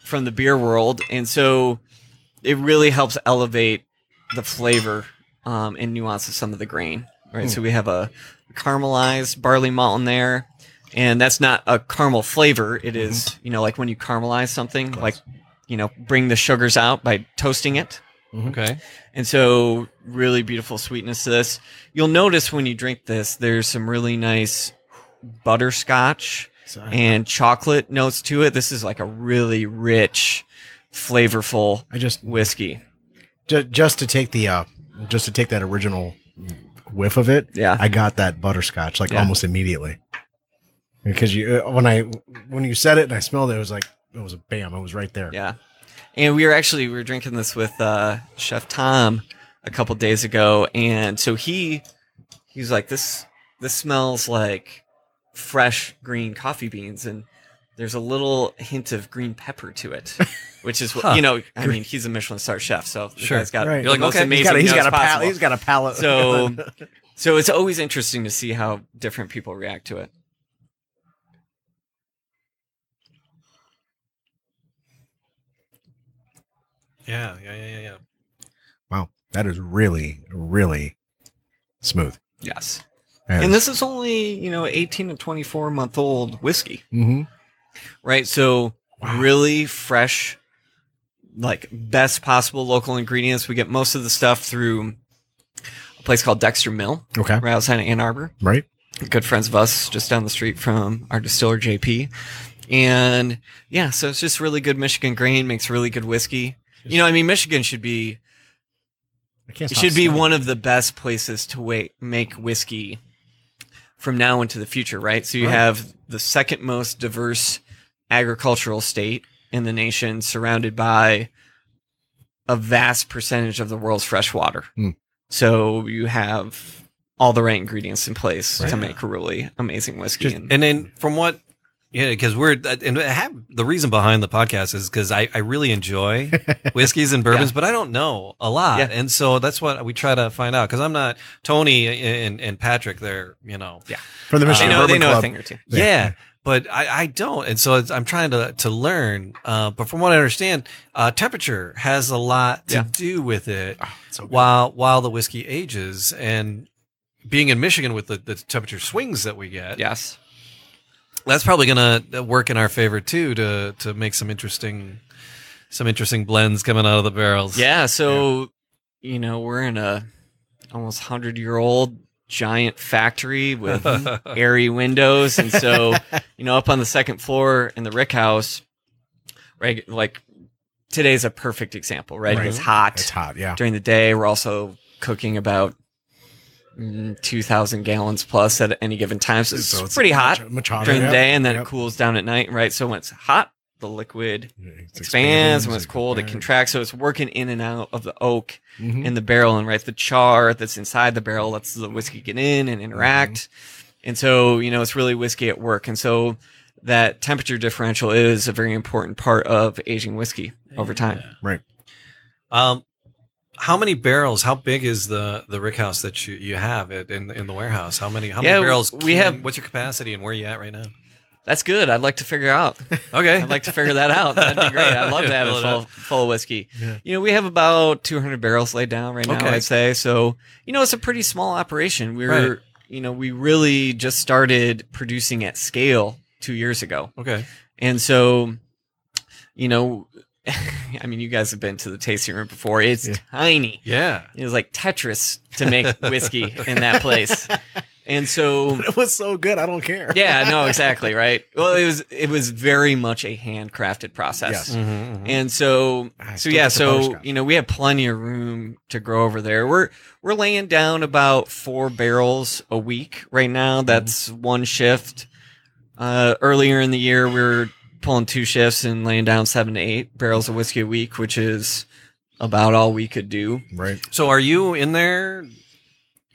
E: from the beer world. And so it really helps elevate the flavor um, and nuance of some of the grain. Right. So we have a caramelized barley malt in there. And that's not a caramel flavor. It is, you know, like when you caramelize something, like, you know, bring the sugars out by toasting it.
C: Okay.
E: And so, really beautiful sweetness to this. You'll notice when you drink this, there's some really nice butterscotch
D: Sorry.
E: and chocolate notes to it. This is like a really rich, flavorful
D: I just
E: whiskey.
D: ju- just to take the uh, just to take that original whiff of it.
E: Yeah.
D: I got that butterscotch like
E: Yeah.
D: almost immediately because you uh, when I when you said it and I smelled it, it was like it was a bam. It was right there.
E: Yeah. And we were actually we were drinking this with uh, Chef Tom a couple days ago, and so he he's like this this smells like fresh green coffee beans, and there's a little hint of green pepper
D: (laughs)
E: to it, which is what
C: Huh.
E: you know. I mean, he's a Michelin star chef, so the
C: Sure.
E: guy's got
D: Right.
E: the
D: You're like,
E: most
C: okay,
D: He's got,
E: amazing
D: a- he's
E: nose
D: got a palate.
E: possible.
D: He's got a palate.
E: So, so it's always interesting to see how different people react to it.
C: Yeah. Yeah. Yeah. Yeah.
D: (laughs) wow, that is really really smooth.
E: Yes. And this is only, you know, 18 to 24 month old whiskey.
D: hmm
E: right? So
D: Wow.
E: really fresh, like best possible local ingredients. We get most of the stuff through a place called Dexter Mill,
D: okay,
E: right outside of Ann Arbor.
D: right?
E: Good friends of us, just down the street from our distiller JP. And yeah, so it's just really good Michigan grain, makes really good whiskey. You know, I mean, Michigan should be
D: I can't.
E: it
D: stop
E: should be
D: smelling.
E: one of the best places to wait, make whiskey from now into the future, right? So you have the second most diverse agricultural state in the nation, surrounded by a vast percentage of the world's fresh water.
D: Hmm.
E: So you have all the right ingredients in place
D: Right.
E: to make a really amazing whiskey.
D: Just-
E: and,
C: And then from what, yeah, because we're uh, and I have the reason behind the podcast is because I I really
E: (laughs)
C: enjoy whiskeys and bourbons, but I don't know a lot,
E: Yeah.
C: and so that's what we try to find out. Because I'm not Tony uh, and and Patrick. They're you know
D: for the
E: they
D: Michigan
E: know, they
D: Bourbon
E: know a
D: Club.
E: thing or two.
D: Yeah.
C: Yeah. But I, I don't, and so it's, I'm trying to to learn. Uh, but from what I understand, uh, temperature has a lot to
E: Yeah.
C: do with it.
D: Ah, so good.
C: while while the whiskey ages, and being in Michigan with the, the temperature swings that we get,
E: Yes.
C: that's probably going to work in our favor too to to make some interesting some interesting blends coming out of the barrels. (laughs)
E: Yeah, so you know, we're in a almost 100 year old giant
D: (laughs)
E: factory with
D: Mm-hmm.
E: (laughs) airy windows and so, you know, up on the second floor in the rick house, right like today's a perfect example, right?
D: Right.
E: It's hot
D: It's hot. Yeah.
E: during the day. We're also cooking about mm, 2000 gallons plus at any given time. So it's,
D: So it's
E: pretty hot
D: much- much hotter,
E: during the
D: yeah.
E: day and then
D: Yep.
E: it cools down at night, right? So when it's hot, the liquid
D: It's
E: expands
D: expanding,
E: when it's cold it
D: expanding.
E: contracts so it's working in and out of the oak
D: Mhm.
E: in the barrel and right the char that's inside the barrel lets the whiskey get in and interact
D: Mm-hmm.
E: and so you know it's really whiskey at work and so that temperature differential is a very important part of aging whiskey over time
D: Right.
C: Um, how many barrels? How big is the the rick house that you, you have at, in in the warehouse? How many how
E: Yeah,
C: many barrels?
E: we
C: can-
E: have-
C: What's your capacity and where are you at right now?
E: that's good i'd like to figure
D: (laughs)
E: out
C: Okay,
E: i'd like to (laughs) figure that out that'd be great i'd love to have
C: Fill
E: a
C: it
E: full,
C: up.
E: full whiskey
C: Yeah.
E: you know we have about 200 barrels laid down right now
C: Okay.
E: i'd say so you know it's a pretty small operation we're
C: Right.
E: you know we really just started producing at scale two years ago
C: okay.
E: and so, you know, (laughs) I mean, you guys have been to the tasting room before. It's
D: Yeah.
E: tiny.
C: Yeah. (laughs)
E: It was like Tetris to make whiskey in that place. And so
D: (laughs) It was so good. I don't care.
E: yeah, no, exactly, right. Well, it was it was very much a handcrafted process. Mm-hmm.
D: Yes.
E: And so
D: Mm-hmm. I
E: so
D: still
E: yeah,
D: get the
E: so
D: butterscotch.
E: you know, we have plenty of room to grow over there. We're we're laying down about 4 barrels a week right
D: Mm-hmm.
E: now. That's one shift. Uh earlier in the year we were pulling two shifts and laying down 7 to 8 barrels of whiskey a week, which is about all we could do.
D: Right.
C: So are you in there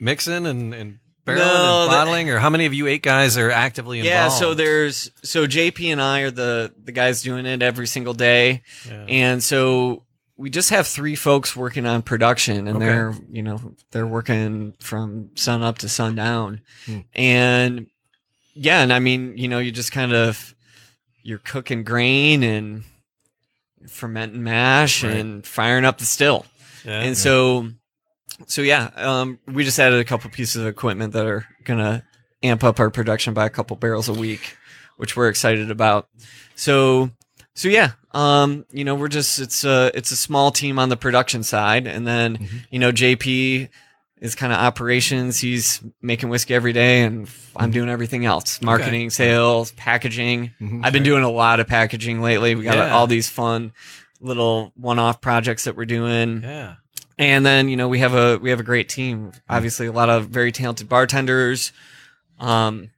C: mixing and, and barreling
E: No,
C: and
E: the-
C: bottling, or how many of you eight guys are actively involved?
E: Yeah, so there's so JP and I are the the guys doing it every single day.
C: Yeah.
E: And so we just have three folks working on production and
C: Okay.
E: they're, you know, they're working from sun up to sundown.
D: Hmm.
E: And yeah, and I mean, you know, you just kind of you're cooking grain and fermenting mash
D: Right.
E: and firing up the still.
C: Yeah.
E: And so so yeah, um we just added a couple pieces of equipment that are going to amp up our production by a couple barrels a week, which we're excited about. So so yeah, um, you know, we're just it's a it's a small team on the production side, and then
C: Mm-hmm.
D: Mhm.
E: you know JP is kind of operations. He's making whiskey every day, and
C: Mm-hmm.
E: I'm doing everything else: marketing, sales, packaging.
D: Mhm.
E: I've been doing a lot of packaging lately. We got
C: Mm-hmm. Yeah.
E: all these fun little one-off projects that we're doing
C: yeah.
E: and then you know we have a we have a great team obviously a lot of very talented bartenders um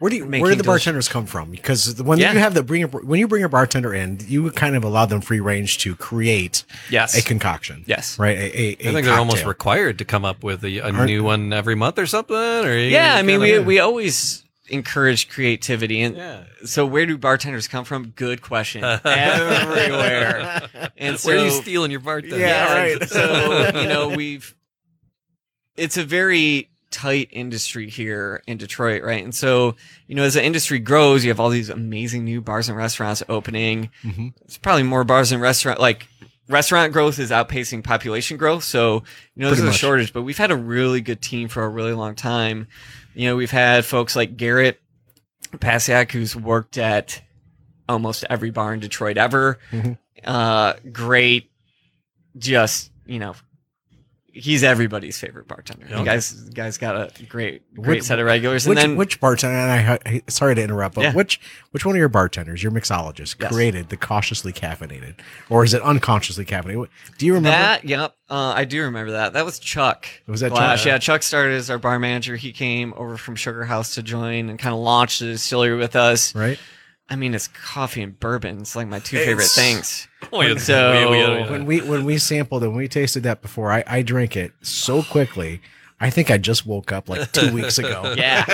D: Where do you,
E: making
D: where do the
E: those-
D: bartenders come from? Because when
E: Yeah.
D: you have the bring a, when you bring a bartender in, you kind of allow them free range to create
E: yes
D: a concoction.
E: yes
D: Right. A, a,
C: I think they're almost required to come up with a, a
D: Aren't-
C: new one every month or something. Or you
E: yeah i mean we,
C: kinda-
E: we always encourage creativity and
C: yeah.
E: so where do bartenders come from
C: (laughs)
E: good question everywhere and so
C: Where are you stealing your bartender?
D: Yeah, right.
E: so you know we've it's a very tight industry here in Detroit, right? And so, you know, as the industry grows, you have all these amazing new bars and restaurants opening.
D: Mhm.
E: It's probably more bars and restaurant like restaurant growth is outpacing population growth. So, you know,
D: Pretty
E: there's a
D: much.
E: shortage, but we've had a really good team for a really long time. You know, we've had folks like Garrett Pasiak who's worked at almost every bar in Detroit ever.
D: Mhm.
E: Uh, great, just you know, he's everybody's favorite bartender.
C: Yeah.
E: The guys, the guys got a great, great
D: Which-
E: set of regulars,
D: Which,
E: and then
D: which bartender? And I ha- I, sorry to interrupt, but
E: Yeah.
D: which which one of your bartenders, your mixologist,
E: Yes.
D: created the cautiously caffeinated, or is it unconsciously caffeinated? Do you remember?
E: that, yep, uh, I do remember that. That was Chuck.
D: Was that
E: Glass.
D: Chuck?
E: Yeah, Chuck started as our bar manager. He came over from Sugar House to join and kind of launched the distillery with us.
D: right.
E: I mean, it's coffee and bourbon. It's like my two favorite things.
C: Oh, yeah,
E: So-
C: we- we-
D: When we when we sampled and we tasted that before, I I drank it so quickly. I think I just woke up like two weeks ago.
E: Yeah,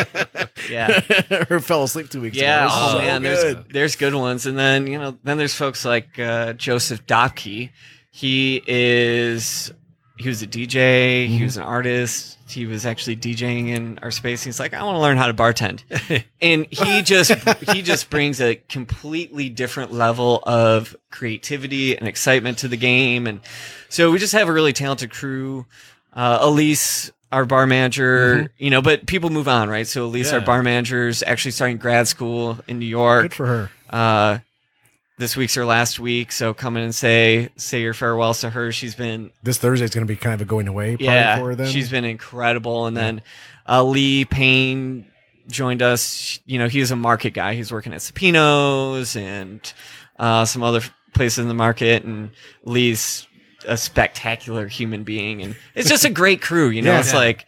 E: yeah.
D: (laughs) or fell asleep two weeks
E: Yeah,
D: ago. It was
E: oh
D: so
E: man,
D: good.
E: there's there's good ones, and then you know, then there's folks like uh, Joseph Dopke. He is he was a DJ,
D: Mm-hmm.
E: he was an artist, he was actually DJing in our space. He's like, I want to learn how to bartend,
D: (laughs)
E: and he just he just brings a completely different level of creativity and excitement to the game, and so we just have a really talented crew. Uh, Elise, our bar manager,
D: Mm-hmm.
E: you know, but people move on, right? So Elise, our
C: Yeah.
E: bar manager, is actually starting grad school in New
D: Good
E: York.
D: for her.
E: Uh, this week's her last week, so come in and say say your farewells to her. She's been
D: This Thursday is going to be kind of a going away party
E: yeah,
D: for her then.
E: she's been incredible. And then uh, Lee Payne joined us. You know, he's a market guy. He's working at Sapinos and uh, some other places in the market. And Lee's a spectacular human being, and
D: (laughs)
E: it's just a great crew. You know,
D: Yeah.
E: it's
C: Yeah.
E: like,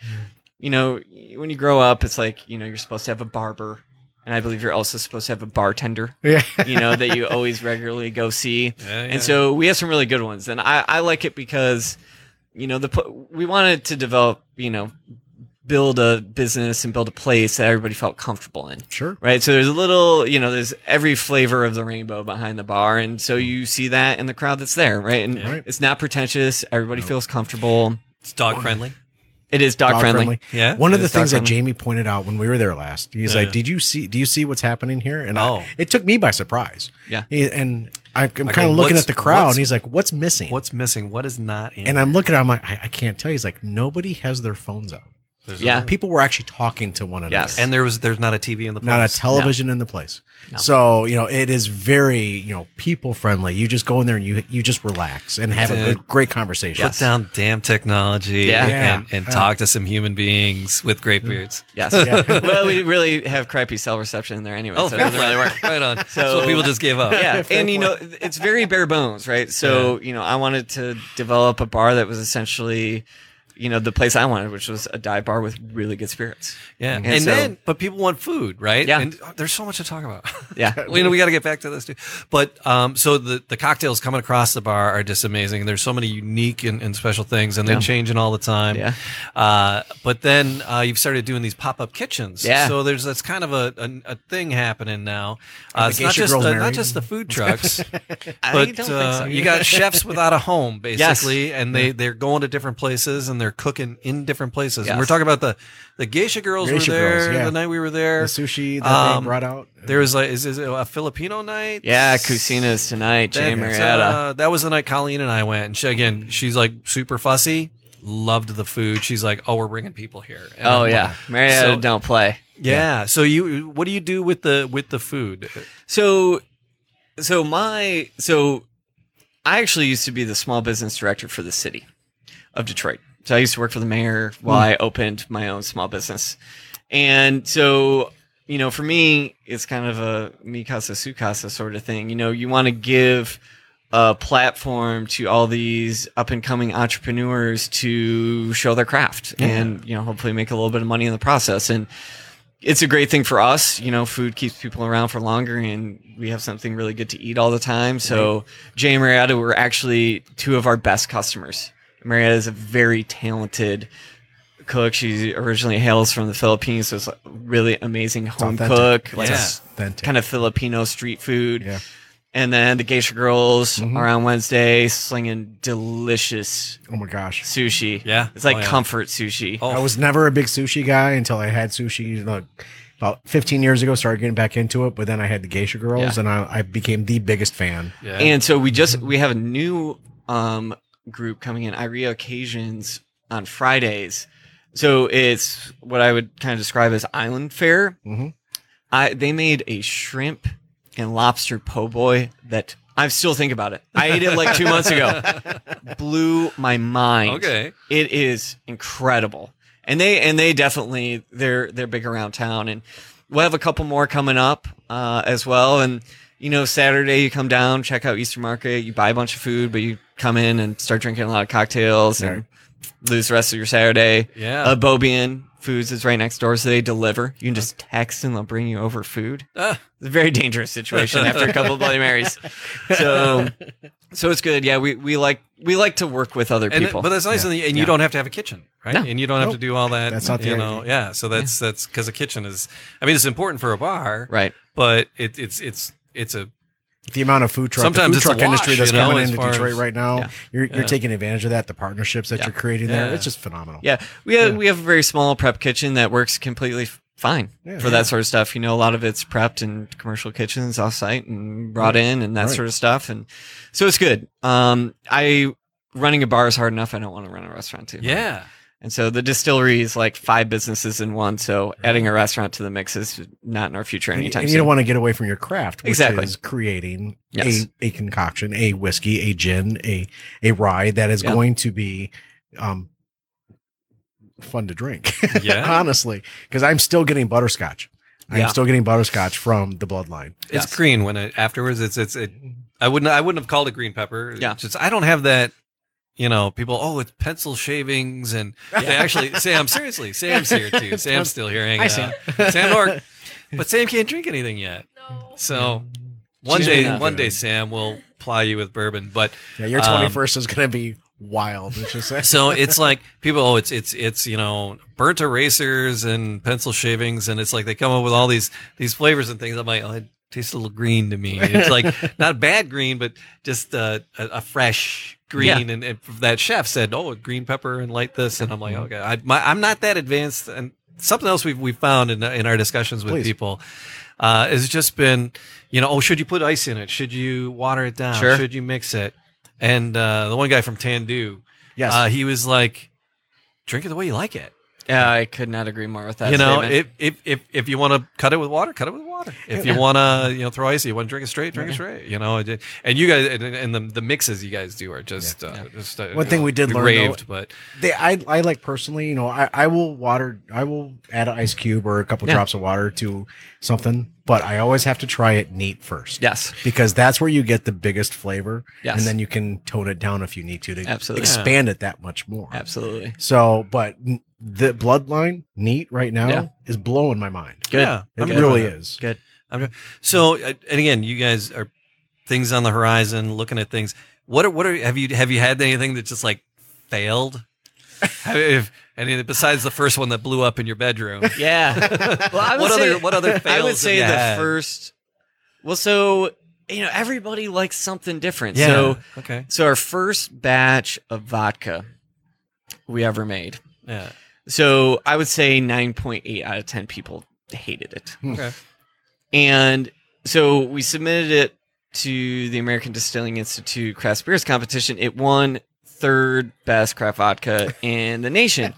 E: you know, when you grow up, it's like you know you're supposed to have a barber, and I believe you're also supposed to have a bartender.
D: (laughs) yeah.
E: You know that you always regularly go see.
C: Yeah, yeah.
E: And so we have some really good ones, and I, I like it because, you know, the pl- we wanted to develop, you know, build a business and build a place that everybody felt comfortable in,
D: Sure.
E: right? So there's a little, you know, there's every flavor of the rainbow behind the bar, and so you see that in the crowd that's there, right? And
C: Mm-hmm. Yeah.
D: Right.
E: it's not pretentious; everybody feels comfortable.
C: it's dog friendly.
E: It is dog, friendly.
C: Yeah,
D: One of
E: it
D: the
E: is dog
D: things that
E: friendly.
D: Jamie pointed out when we were there last, he's
C: Yeah.
D: like, "Did you see? Do you see what's happening here?" And I-
C: Oh.
D: it took me by surprise.
E: Yeah.
D: He- and I, I'm kind
C: go,
D: of looking
C: "What's-
D: at the crowd,
C: what's-
D: and he's like, "What's missing?"
C: What's missing? What is not in?
D: and I'm looking at, him, I'm like, I, I can't tell. He's like, "Nobody has their phones out."
C: There's
E: Yeah.
D: People were actually talking to one another.
E: Yes.
C: and there was there's not a TV in the place.
D: not a television in the place. So you know it is very you know people friendly. You just go in there and you you just relax and have a
C: Yeah.
D: good, great conversation.
C: Put down damn technology
E: Yeah.
D: Yeah.
C: and, and
D: Yeah.
C: talk to some human beings with great beards. (laughs)
E: Yes.
D: Yeah.
E: well, we really have crappy cell reception there anyway.
C: Oh,
E: so it
C: fair
E: doesn't really work.
C: play. right on. So,
E: So-
C: people just gave up. (laughs)
E: Oh, yeah and you know it's very bare bones right so you know i wanted to develop a bar that was essentially you know the place i wanted which was a dive bar with really good spirits
C: yeah. And,
E: Mm-hmm. so-
C: then, but people want food, right?
E: Yeah.
C: And oh, there's so much to talk about.
E: (laughs) yeah
C: Well, you know, we got to get back to this too. But um, so the, the cocktails coming across the bar are just amazing. And there's so many unique and, and special things, and they're
E: Yeah.
C: changing all the time.
E: Yeah.
C: Uh, but then uh, you've started doing these pop up kitchens.
E: Yeah.
C: So there's that's kind of a, a, a thing happening now. Uh,
D: the
C: it's not
D: geisha
C: just
D: girls
C: uh, not
D: married.
C: just the food
E: (laughs)
C: trucks,
E: I
C: but
E: don't think
C: uh,
E: so.
C: you got chefs without a home
E: (laughs) Yes.
C: basically, and they they're going to different places and they're cooking in different places. And
E: Yes.
C: we're talking about the the geisha girls
D: Geisha
C: were
D: girls,
C: there
D: yeah.
C: the night we were
D: the
C: there.
D: sushi that
C: Um,
D: they brought out.
C: There was a is, is it a Filipino night?
E: (laughs) yeah cusinas tonight jay
C: That,
E: marietta
C: uh, that was the night Colleen and I went, and she again she's like super fussy. Loved the food. She's like, oh, we're bringing people here. And I'm
E: oh
C: like,
E: yeah marietta
C: So-
E: don't play
C: yeah. So you, what do you do with the with the food?
E: so so my so i actually used to be the small business director for the city of detroit so i used to work for the mayor while i opened my own small business and so you know for me it's kind of a mi casa su casa sort of thing you know you want to give a platform to all these up and coming entrepreneurs to show their craft and you know hopefully make a little bit of money in the process and it's a great thing for us. You know, food keeps people around for longer, and we have something really good to eat all the time. So Jay and Marietta were actually two of our best customers. Marietta is a very talented cook. She originally hails from the Philippines, so it's a really amazing home
D: authentic.
E: cook, like
C: Yeah.
D: Authentic.
E: kind of Filipino street food.
D: Yeah.
E: And then the Geisha Girls
C: Mm-hmm.
E: are on Wednesday slinging delicious
D: oh my gosh.
E: sushi.
C: Yeah.
E: It's like
C: Oh, yeah.
E: comfort sushi.
C: Oh.
D: I was never a big sushi guy until I had sushi you know, about 15 years ago. Started getting back into it, but then I had the geisha girls,
E: Yeah.
D: and I, I became the biggest fan.
C: Yeah.
E: And so we just we have a new um group coming in, Iria Occasions on Fridays. So it's what I would kind of describe as island fare.
D: Mhm.
E: I they made a shrimp and lobster po' boy that I still think about it. I ate it like two months ago. Blew my mind.
C: okay.
E: It is incredible. And they and they definitely they're they're big around town and we'll have a couple more coming up uh, as well and you know Saturday you come down check out Easter Market you buy a bunch of food but you come in and start drinking a lot of cocktails and lose the rest of your Saturday
C: Yeah.
E: uh, Bobian Foods is right next door so they deliver you can just text and they'll bring you over food
C: Ah.
E: it's a very dangerous situation after a couple of Bloody
C: (laughs)
E: Marys so so it's good yeah we we like we like to work with other
C: And
E: people
C: but that's nice, and, you- and you
E: Yeah.
C: don't have to have a kitchen, right?
E: No.
C: And you don't have to
D: Nope.
C: do all that.
D: That's not the
C: you
D: idea.
C: know. Yeah. So that's that's because a kitchen is. I mean, it's important for a bar,
E: right
C: But it, it's it's it's a
D: the amount of food truck,
C: Sometimes
D: the
C: it's
D: food
C: a
D: truck
C: wash,
D: industry that's
C: you know,
D: coming
C: as
D: into
C: far
D: Detroit
C: as-
D: right now.
E: yeah.
D: You're,
C: Yeah.
D: you're taking advantage of that. The partnerships that
E: Yeah.
D: you're creating
C: Yeah.
D: there, it's just phenomenal.
E: Yeah, we have, we have a very small prep kitchen that works completely f- fine
D: Yeah.
E: for that sort of stuff. You know, a lot of it's prepped in commercial kitchens offsite and brought in and that
D: Right.
E: sort of stuff, and so it's good. Um, I running a bar is hard enough. I don't want to run a restaurant too.
C: yeah.
E: and so the distillery is like five businesses in one. So adding a restaurant to the mix is not in our future
D: And,
E: anytime
D: and you
E: soon.
D: don't want to get away from your craft, which
E: Exactly.
D: is creating
E: Yes.
D: a, a concoction, a whiskey, a gin, a a rye that is
E: Yeah.
D: going to be um, fun to drink. (laughs)
C: Yeah.
D: honestly, because I'm still getting butterscotch.
E: Yeah.
D: I'm still getting butterscotch from the bloodline.
E: Yes.
C: It's green when it afterwards. It's it's it. I wouldn't I wouldn't have called it green pepper. It's
E: Yeah.
C: just I don't have that. You know, people. Oh, it's pencil shavings, and they actually Sam. Seriously, Sam's here too. Sam's still here hanging
D: Hi,
C: out.
D: Sam.
C: Sam Ork, but Sam can't drink anything yet. So one
E: She's
C: day,
E: been out.
C: one day, Sam will ply you with bourbon. But
D: Yeah, your
C: Um,
D: 21st is going to be wild. It's
E: (laughs)
D: just
C: so it's like people oh it's it's it's you know burnt erasers and pencil shavings and it's like they come up with all these these flavors and things i'm like oh it tastes a little green to me it's like not bad green but just uh, a, a fresh green and, and that chef said oh green pepper and light this and i'm like okay I, my, i'm not that advanced and something else we've we found in in our discussions with
D: Please.
C: people uh, has just been, you know, oh, should you put ice in it? Should you water it down?
E: Sure.
C: Should you mix it? And uh, the one guy from Tandu,
D: yes.
C: uh, he was like, drink it the way you like it.
E: Yeah, I could not agree more with that.
C: you know,
E: statement.
C: if, if if if you want to cut it with water, cut it with water. If you want to, you know, throw ice, you want to drink it straight, drink it straight. You know, it- and you guys and, and the the mixes you guys do are just uh, just uh,
D: One thing we did learn, though-
C: raved, but
D: (laughs) They, I, I like personally, you know, I, I will water, I will add an ice cube or a couple
E: Yeah.
D: drops of water to something, but I always have to try it neat first.
E: yes,
D: Because that's where you get the biggest flavor.
E: Yes.
D: And then you can tone it down if you need to to
E: Absolutely.
D: expand it that much more.
E: absolutely,
D: So, but n- the bloodline neat right now
E: Yeah.
D: is blowing my mind.
E: good.
C: yeah,
D: It
C: I'm good
D: really
C: with that.
D: is.
E: Good.
C: So, uh, and again, you guys are things on the horizon, looking at things. What are what are have you have you had anything that just like
D: (laughs)
C: failed? Have- if any besides the first one that blew up in your bedroom,
E: Yeah. (laughs) Well, I would
C: What
E: say,
C: other- what other
E: (laughs) I
C: fails
E: would
C: have
E: say
C: you
E: the
C: had?
E: first. Well, so you know, everybody likes something different. So,
C: So okay,
E: so our first batch of vodka we ever made.
C: yeah,
E: So I would say nine point eight out of ten people hated it.
D: Hmm.
C: okay,
E: And so we submitted it to the American Distilling Institute Craft Spirits Competition. It won third best craft vodka in the
C: (laughs)
E: nation.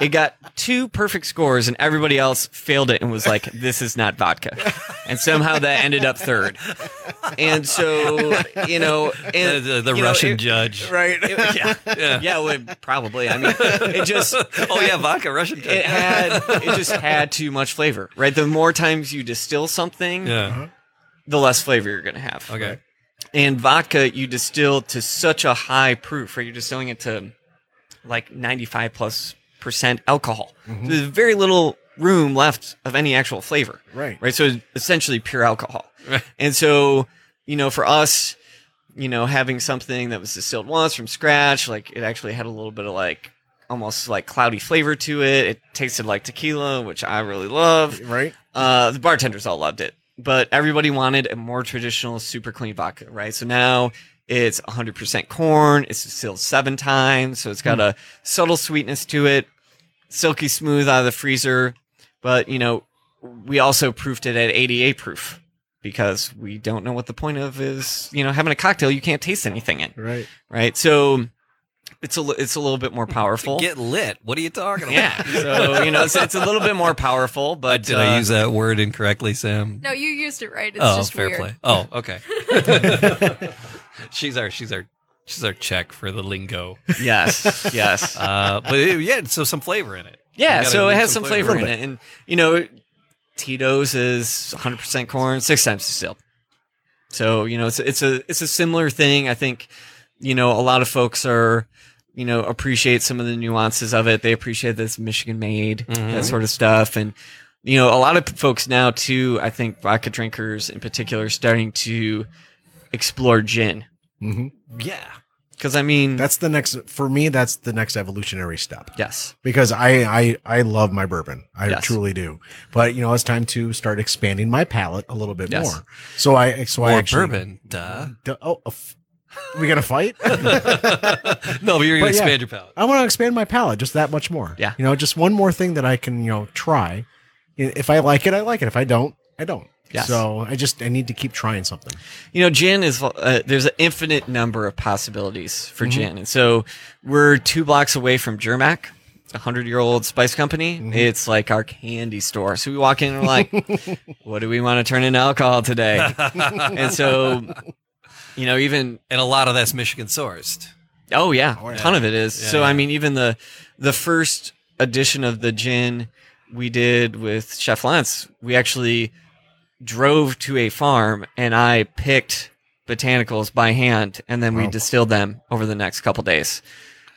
E: It got two perfect scores, and everybody else failed it and was like, "This is not vodka." And somehow that ended up third. And so you know, and
C: the, the, the
E: you know,
C: Russian
E: it-
C: judge,
E: right? it- yeah,
C: Yeah.
E: (laughs) yeah, well, probably. I mean, it just
C: (laughs) oh yeah, vodka,
E: (laughs)
C: Russian judge.
E: it had it just had too much flavor, right? The more times you distill something,
C: yeah,
E: the less flavor you're going to have.
C: okay,
E: And vodka, you distill to such a high proof, right? You're distilling it to like 95 plus percent alcohol. So there's very little room left of any actual flavor,
D: Right.
E: right? So it's essentially pure alcohol. And so, you know, for us, you know, having something that was distilled once from scratch, like it actually had a little bit of like almost like cloudy flavor to it. It tasted like tequila, which I really love.
D: Right.
E: Uh, the bartenders all loved it, but everybody wanted a more traditional, super clean vodka, right? So now it's 100% corn. It's distilled seven times, so it's got
C: Hmm.
E: a subtle sweetness to it, silky smooth out of the freezer. But you know, we also proofed it at 88 proof because we don't know what the point of is. You know, having a cocktail you can't taste anything in,
D: Right.
E: right? So it's a li- it's a little
C: (laughs)
E: bit more powerful.
C: get lit. What are you talking about?
E: yeah, (laughs) so you know, it's, it's a little bit more powerful,
C: Uh,
E: but
C: did I
E: uh,
C: use that word incorrectly, Sam?
F: No, you used it right. It's
C: oh,
F: just
C: fair
F: weird.
C: play. Oh, okay. (laughs) she's our she's our she's our check for the lingo.
E: Yes,
C: (laughs)
E: yes.
C: Uh, but it, yeah, so some flavor in it.
E: yeah,
C: You gotta
E: so it
C: leave
E: has some flavor,
C: in
E: in it. And, you know, Tito's is 100% corn, six times distilled. So, you know, it's, it's a it's a similar thing. I think, you know, a lot of folks are, you know, appreciate some of the nuances of it. They appreciate that it's Michigan made, that sort of stuff. And, you know, a lot of folks now, too, I think vodka drinkers in particular, are starting to explore gin.
D: hmm
C: Yeah.
E: Because, I mean,
D: That's the next, for me, that's the next evolutionary step.
E: yes.
D: because I I I love my bourbon. I
E: Yes.
D: truly do. But you know, it's time to start expanding my palate a little bit
E: Yes.
D: more. So I so I
C: More
D: actually,
C: bourbon, duh.
D: D- oh, a f- we gonna fight?
C: (laughs) (laughs) no, but you're gonna
D: But yeah.
C: expand your palate.
D: I want to expand my palate just that much more.
E: Yeah.
D: you know, just one more thing that I can you know try. I- If I like it, I like it. If I don't, I don't.
E: Yes.
D: So I just I need to keep trying something.
E: you know gin is uh, there's an infinite number of possibilities for gin and so we're two blocks away from germac a hundred year old spice company it's like our candy store so we walk in and we're like what do we want to turn into alcohol today and so you know even
C: And a lot of that's Michigan sourced.
E: Oh yeah, a ton of it is.
C: Yeah,
E: so
C: yeah.
E: I mean, even the the first edition of the gin we did with Chef Lance, we actually drove to a farm and I picked botanicals by hand, and then we distilled them over the next couple days.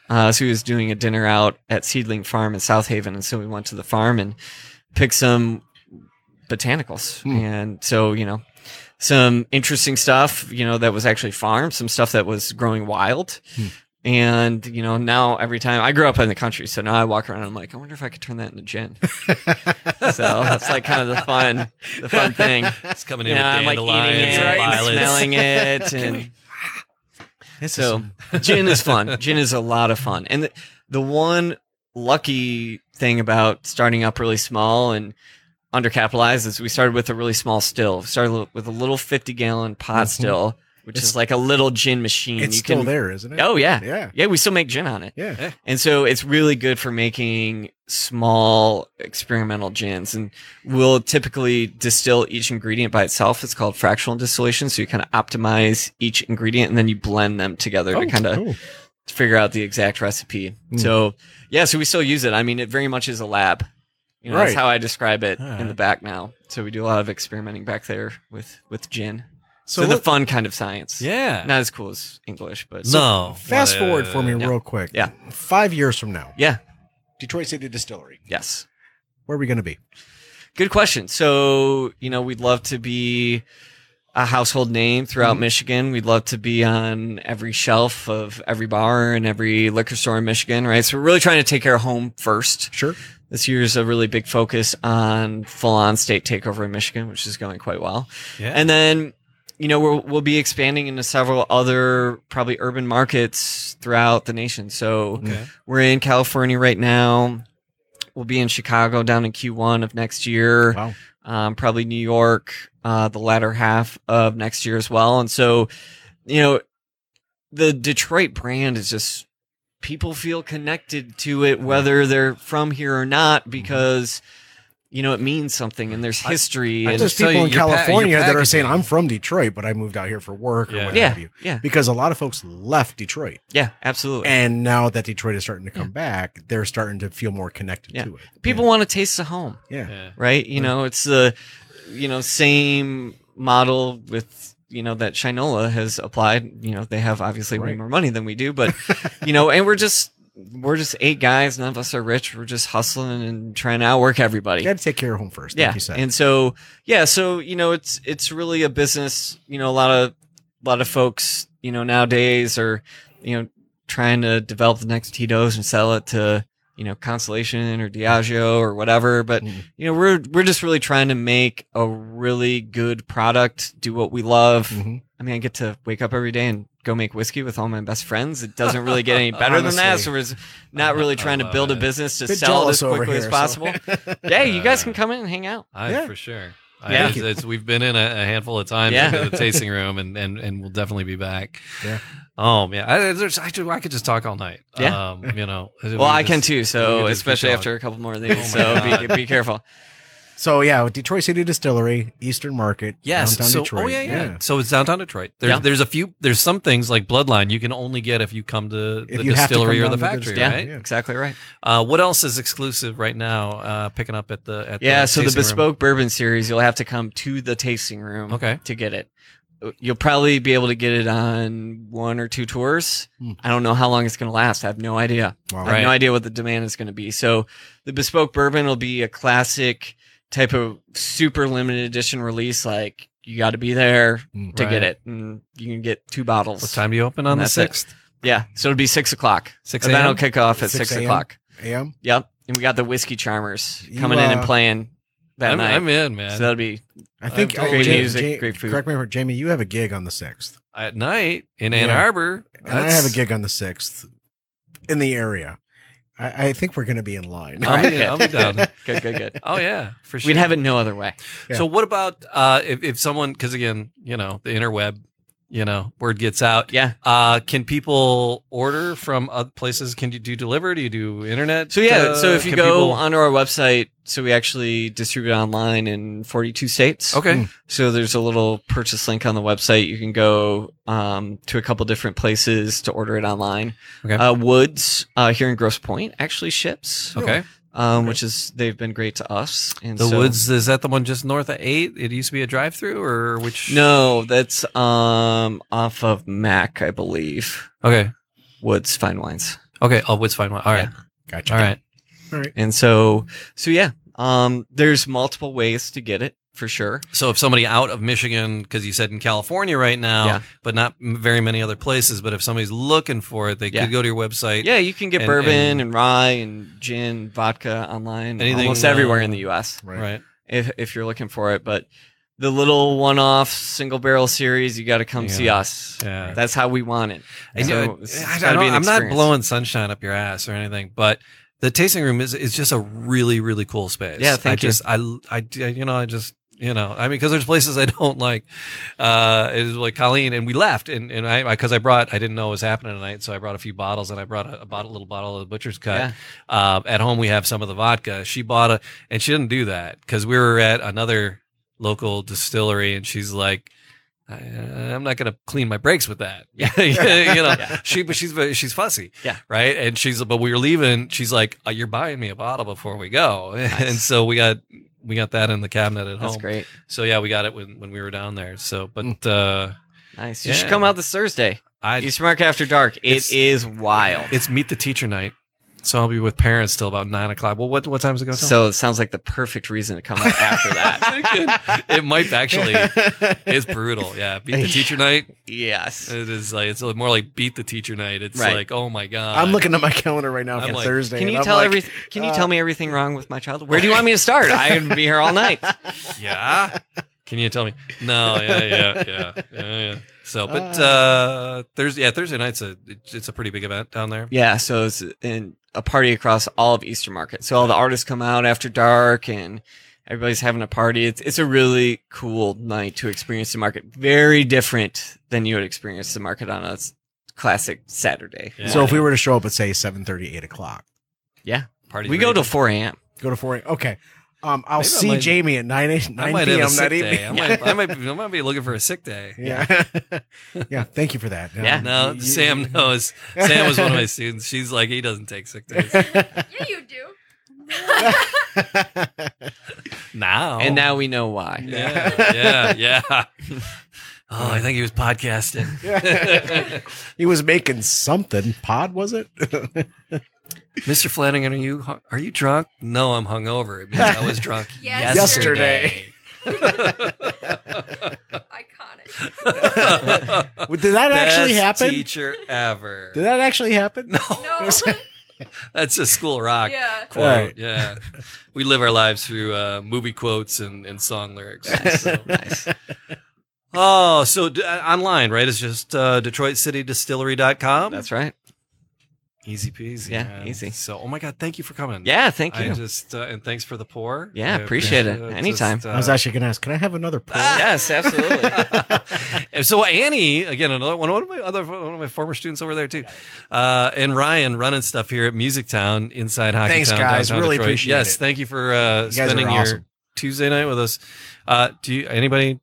E: Uh, so he was doing a dinner out at Seedling Farm in South Haven, and so we went to the farm and picked some botanicals, and so you know. Some interesting stuff, you know, that was actually farmed, some stuff that was growing wild. And you know, now every time I grew up in the country, so now I walk around and I'm like, I wonder if I could turn that into gin. so that's like kind of the fun, the
C: (laughs)
E: fun thing.
C: It's coming in
E: You know, I'm
C: with
E: like eating
C: dandelions and
E: it, and
C: violets.
E: smelling
C: (laughs)
E: it, and
D: This is-
E: so (laughs) gin is fun. Gin is a lot of fun. And the, the one lucky thing about starting up really small and undercapitalized is we started with a really small still. We started with a little 50 gallon pot still which is like a little gin machine.
D: Mm-hmm. It's
E: you
D: still
E: can,
D: there, isn't it?
E: Oh yeah,
D: Yeah.
E: yeah. We still make gin on it,
D: Yeah.
E: and so it's really good for making small experimental gins. And we'll typically distill each ingredient by itself. It's called fractional distillation. So you kind of optimize each ingredient, and then you blend them together to kind of
D: Oh, cool. Hmm.
E: figure out the exact recipe. So yeah, so we still use it. I mean, it very much is a lab. You know, that's
D: Right.
E: how I describe it in the
D: Alright.
E: back now. So we do a lot of experimenting back there with with gin. So,
D: So
E: the
D: let-
E: fun kind of science.
C: Yeah.
E: Not as cool as English, but
C: no.
D: Fast
C: Uh,
D: forward for me
E: yeah.
D: real quick.
E: Yeah.
D: Five years from now,
E: yeah,
D: Detroit City Distillery.
E: yes.
D: Where are we going to be?
E: Good question. So, you know, we'd love to be a household name throughout Michigan. We'd love to be on every shelf of every bar and every liquor store in Michigan, right? So we're really trying to take care of home first.
D: Sure.
E: This year's a really big focus on full on state takeover in Michigan, which is going quite well.
C: Yeah.
E: And then, you know, we'll, we'll be expanding into several other probably urban markets throughout the nation. So
D: Mm.
C: Okay.
E: we're in California right now. We'll be in Chicago down in Q1 of next year,
D: Wow.
E: um, probably New York uh, the latter half of next year as well. And so, you know, the Detroit brand is just people feel connected to it, whether they're from here or
D: Mm-hmm.
E: not, because you know it means something and there's history. and,
D: There's
C: just tell
D: people
C: you,
D: in
C: your pa- your
D: California that are saying,
C: packaging.
D: I'm from Detroit, but I moved out here for work or
C: Yeah.
D: what
E: yeah,
D: have you.
E: yeah,
D: Because a lot of folks left Detroit.
E: yeah, absolutely.
D: And now that Detroit is starting to come back, they're starting to feel more connected
E: Yeah.
D: to it.
E: people want to taste the home.
D: Yeah.
C: Yeah.
E: right? You know, it's the you know same model with you know that Shinola has applied. You know, they have obviously way
D: Right.
E: more money than we
C: (laughs)
E: do, but you know, and we're just we're just eight guys. None of us are rich. We're just hustling and trying to outwork everybody.
D: You got to take care of home first.
E: yeah,
D: Like you said.
E: and so yeah, so you know, it's it's really a business. You know, a lot of a lot of folks you know nowadays are you know trying to develop the next Tito's and sell it to you know Constellation or Diageo or whatever, but
D: Mm.
E: you know we're we're just really trying to make a really good product do what we love
D: Mhm.
E: i mean i get to wake up every day and go make whiskey with all my best friends it doesn't really
C: (laughs)
E: get any better than that
D: Honestly.
E: so we're not really
C: I
E: trying to
C: love
E: build a
C: it.
E: business to
D: Bit
E: sell it as
D: jealous over
E: quickly as
D: here, so-
E: possible
D: (laughs)
E: yeah you guys can come in and hang out
C: I,
D: Yeah.
C: for sure.
E: Yeah.
C: I, it's, it's- we've been in a, a handful of times
E: Yeah.
C: into the tasting room, and, and, and we'll definitely be back.
D: Yeah.
C: Oh man, I, there's I, do- I could just talk all night.
E: Yeah.
C: Um, you know.
E: well i can too so
C: we just keep
E: especially
C: going.
E: after a couple more of these
C: Oh my
E: so be, be careful
D: So yeah, Detroit City Distillery, Eastern Market,
C: Yes.
D: downtown
C: so,
D: Detroit.
C: oh yeah, yeah, So it's downtown Detroit. There's
E: Yeah.
C: there's a few there's some things like Bloodline you can only get if you come to
D: If
C: the
D: you have to
C: distillery
D: come
C: or the
D: down to the
C: factory,
E: yeah
D: distillery,
C: right?
D: yeah.
E: exactly right
C: Uh, what else is exclusive right now? Uh, picking up at the at
E: Yeah,
C: The
E: so
C: tasting
E: the
C: room?
E: bespoke bourbon series, you'll have to come to the tasting room
C: Okay.
E: to get it. You'll probably be able to get it on one or two tours.
D: Hmm.
E: I don't know how long it's going to last. I have no idea.
D: Wow.
E: I have no
C: Right.
E: idea what the demand is going to be. So the bespoke bourbon will be a classic type of super limited edition release. Like you got to be there
D: Hmm.
E: to
C: Mm, Right.
E: get it, and you can get two bottles.
C: What time do you open on the
E: That's it.
C: sixth?
E: Yeah, so it'll be six o'clock.
C: Six
E: Event will
C: a.m.
E: kick off at
D: 6
E: six,
D: a.m.?
E: o'clock.
D: Am
E: Yep, and we got the whiskey charmers
D: You,
E: coming in and
D: uh,
E: playing that
C: I'm,
E: night.
C: I'm in, man.
E: so that'll be
D: I think
C: I'm
D: oh,
C: Uh, great
D: Ja-
E: music,
D: Ja-
E: great food.
D: Correct me if I'm- Jamie. You have a gig on the sixth,
C: at night in Ann
D: Yeah.
C: Arbor.
D: and I have a
C: that's-
D: gig on the sixth in the area. I, I think we're going to be in line.
C: (laughs)
E: All
C: I'll, be,
E: (laughs) right.
C: I'll be down. (laughs)
E: good, good, good.
C: Oh yeah, for sure.
E: We'd have it no other way.
D: Yeah.
C: So what about uh, if if someone? Because again, you know the interweb, you know word gets out.
E: Yeah.
C: Uh, can people order from other places? Can you do delivery? Do you do internet?
E: So yeah,
C: uh,
E: so if you
C: can
E: go
C: people-
E: onto our website, so we actually distribute online in 42 states.
C: okay,
D: Mm.
E: So there's a little purchase link on the website. You can go um, to a couple different places to order it online.
C: Okay.
E: Uh, Woods uh, here in Gross Point actually ships,
C: okay.
E: um, which is they've been great to us. And
C: The
E: so-
C: Woods is that the one just north of eight? It used to be a drive-through, or which?
E: No, that's um, off of Mac, I believe.
C: Okay.
E: Woods Fine Wines.
C: Okay. Oh, Woods fine. All right.
D: (laughs) Gotcha.
C: All right.
E: And so, so yeah, um, there's multiple ways to get it for sure.
C: So if somebody out of Michigan, because you said in California right now,
E: Yeah.
C: but not m- very many other places, but if somebody's looking for it, they
E: Yeah.
C: could go to your website.
E: Yeah, you can get
C: And-
E: bourbon and,
C: and-
E: rye and gin, vodka online,
C: Anything,
E: almost everywhere
C: uh,
E: in the U.S.
D: Right.
C: Right.
E: If if you're looking for it, but the little one-off single barrel series, you got to come see
C: Yeah.
E: us.
C: Yeah.
E: That's how we want it.
C: I know.
E: So it's
C: I
E: gotta be
C: don't,
E: an
C: I'm not
E: experience.
C: blowing sunshine up your ass or anything, but the tasting room is is just a really really cool space.
E: Yeah, thank
C: I
E: you.
C: just I, I I- you know I just you know i mean because there's places i (laughs) don't like uh it was like colleen and we left and and i because i brought i didn't know what was happening tonight so i brought a few bottles and i brought a, a bottle little bottle of the butcher's cut uh, at home we have some of the vodka she bought a and she didn't do that because we were at another local distillery and she's like I, I'm not gonna clean my brakes with that. Yeah, (laughs) you
E: (laughs)
C: know she, but she's very- she's fussy.
E: Yeah.
C: right. And she's but we were leaving. She's like, oh, "You're buying me a bottle before we go," (laughs) and so we got we got that in the cabinet at
E: That's
C: home.
E: great. Mm.
C: So yeah, we got it when, when we were down there. So, but uh,
E: Nice. You should
C: Yeah.
E: come out this Thursday.
C: I
E: East Mark After Dark.
C: It's-
E: It is wild.
C: it's meet the teacher night, so I'll be with parents till about nine o'clock. Well, what what time is it going? till?
E: So it sounds like the perfect reason to come out
C: (laughs)
E: after that.
C: it might actually. It's brutal. Yeah, beat the teacher night.
E: yes.
C: It is like it's more like beat the teacher night. It's
E: Right.
C: like oh my god.
D: I'm looking at my calendar right now
C: I'm
D: for
C: like, uh,
D: Thursday.
E: Can
D: and
E: you
D: I'm
E: tell
D: like,
E: every? Can you tell me everything wrong with my child? Where do you want me
C: (laughs)
E: to start? I would be here all night.
C: Yeah. Can you tell me? No. Yeah. Yeah. Yeah. Yeah. yeah. So, but uh, Thursday, yeah, Thursday night's a it's it's a pretty big event down there.
E: Yeah, so it's in a party across all of Easter Market. So all the artists come out after dark and everybody's having a party. It's it's a really cool night to experience the market. Very different than you would experience the market on a s- classic Saturday.
C: Yeah.
D: So if we were to show up at say 7:30, 8 o'clock,
C: Party.
E: We go till 4 a.m.
D: go to four. Okay, um,
C: Maybe
D: I'll
C: I
D: see
C: might-
D: Jamie at 9 8
C: I
D: 9
C: might have a
D: p.m.
C: sick
D: that
C: day. I
D: evening.
C: might, I, might be, I might be looking for a sick day.
D: Yeah, (laughs)
C: (laughs)
D: yeah. Thank you for that.
E: Yeah.
D: Um,
C: No,
D: you-
C: Sam knows. Sam was one of my students. She's like, he doesn't take sick days
F: Yeah, you do.
C: now.
E: And now we know why.
C: Oh. yeah, yeah, yeah. (laughs) Oh, I think he was (laughs) podcasting.
D: he was making something. Pod was it? (laughs)
C: Mr. Flanagan, are you hu- are you drunk? No, I'm hungover. It means I was drunk yesterday.
F: Yesterday. Iconic.
C: (laughs)
D: Did that actually
C: Best
D: happen?
C: Teacher ever. (laughs)
D: Did that actually happen?
F: No. (laughs)
C: That's a school rock
F: yeah.
C: quote.
D: Right.
C: Yeah, we live our lives through uh, movie quotes and, and song lyrics. So-
E: Nice.
C: Oh, so d- uh, online, right? It's just uh, DetroitCityDistillery.com.
E: That's right.
C: easy peasy.
E: Yeah,
C: man.
E: easy.
C: So, oh my God, thank you for coming.
E: Yeah, thank
C: I
E: you.
C: just uh, and thanks for the pour.
E: Yeah,
C: I
E: appreciate it.
C: Just,
E: Anytime.
C: uh,
D: I was actually gonna ask. Can I have another? Poll?
C: Ah.
E: yes,
C: (laughs)
E: absolutely.
C: and so Annie, again, another one, one of my other one of my former students over there too, uh, and Ryan running stuff here at Music Town inside Hockey
D: Thanks,
C: Town,
D: guys.
C: downtown
D: Really
C: Detroit.
D: appreciate
C: Yes,
D: it.
C: thank you for uh,
D: guys are
C: spending your
D: awesome.
C: Tuesday night with us. Uh, do you anybody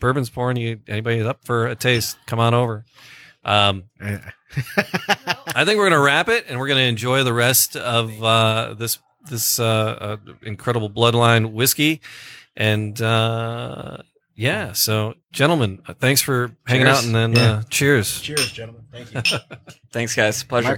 C: bourbon's pouring? You anybody up for a taste? Come on over. Um,
D: Uh,
C: I think we're gonna wrap it, and we're gonna enjoy the rest of uh, this this uh, uh, incredible bloodline whiskey, and uh, yeah. So, gentlemen, uh, thanks for hanging
E: Cheers.
C: out, and then
D: Yeah.
C: uh, cheers.
D: Cheers, gentlemen. Thank you.
E: Thanks, guys. Pleasure.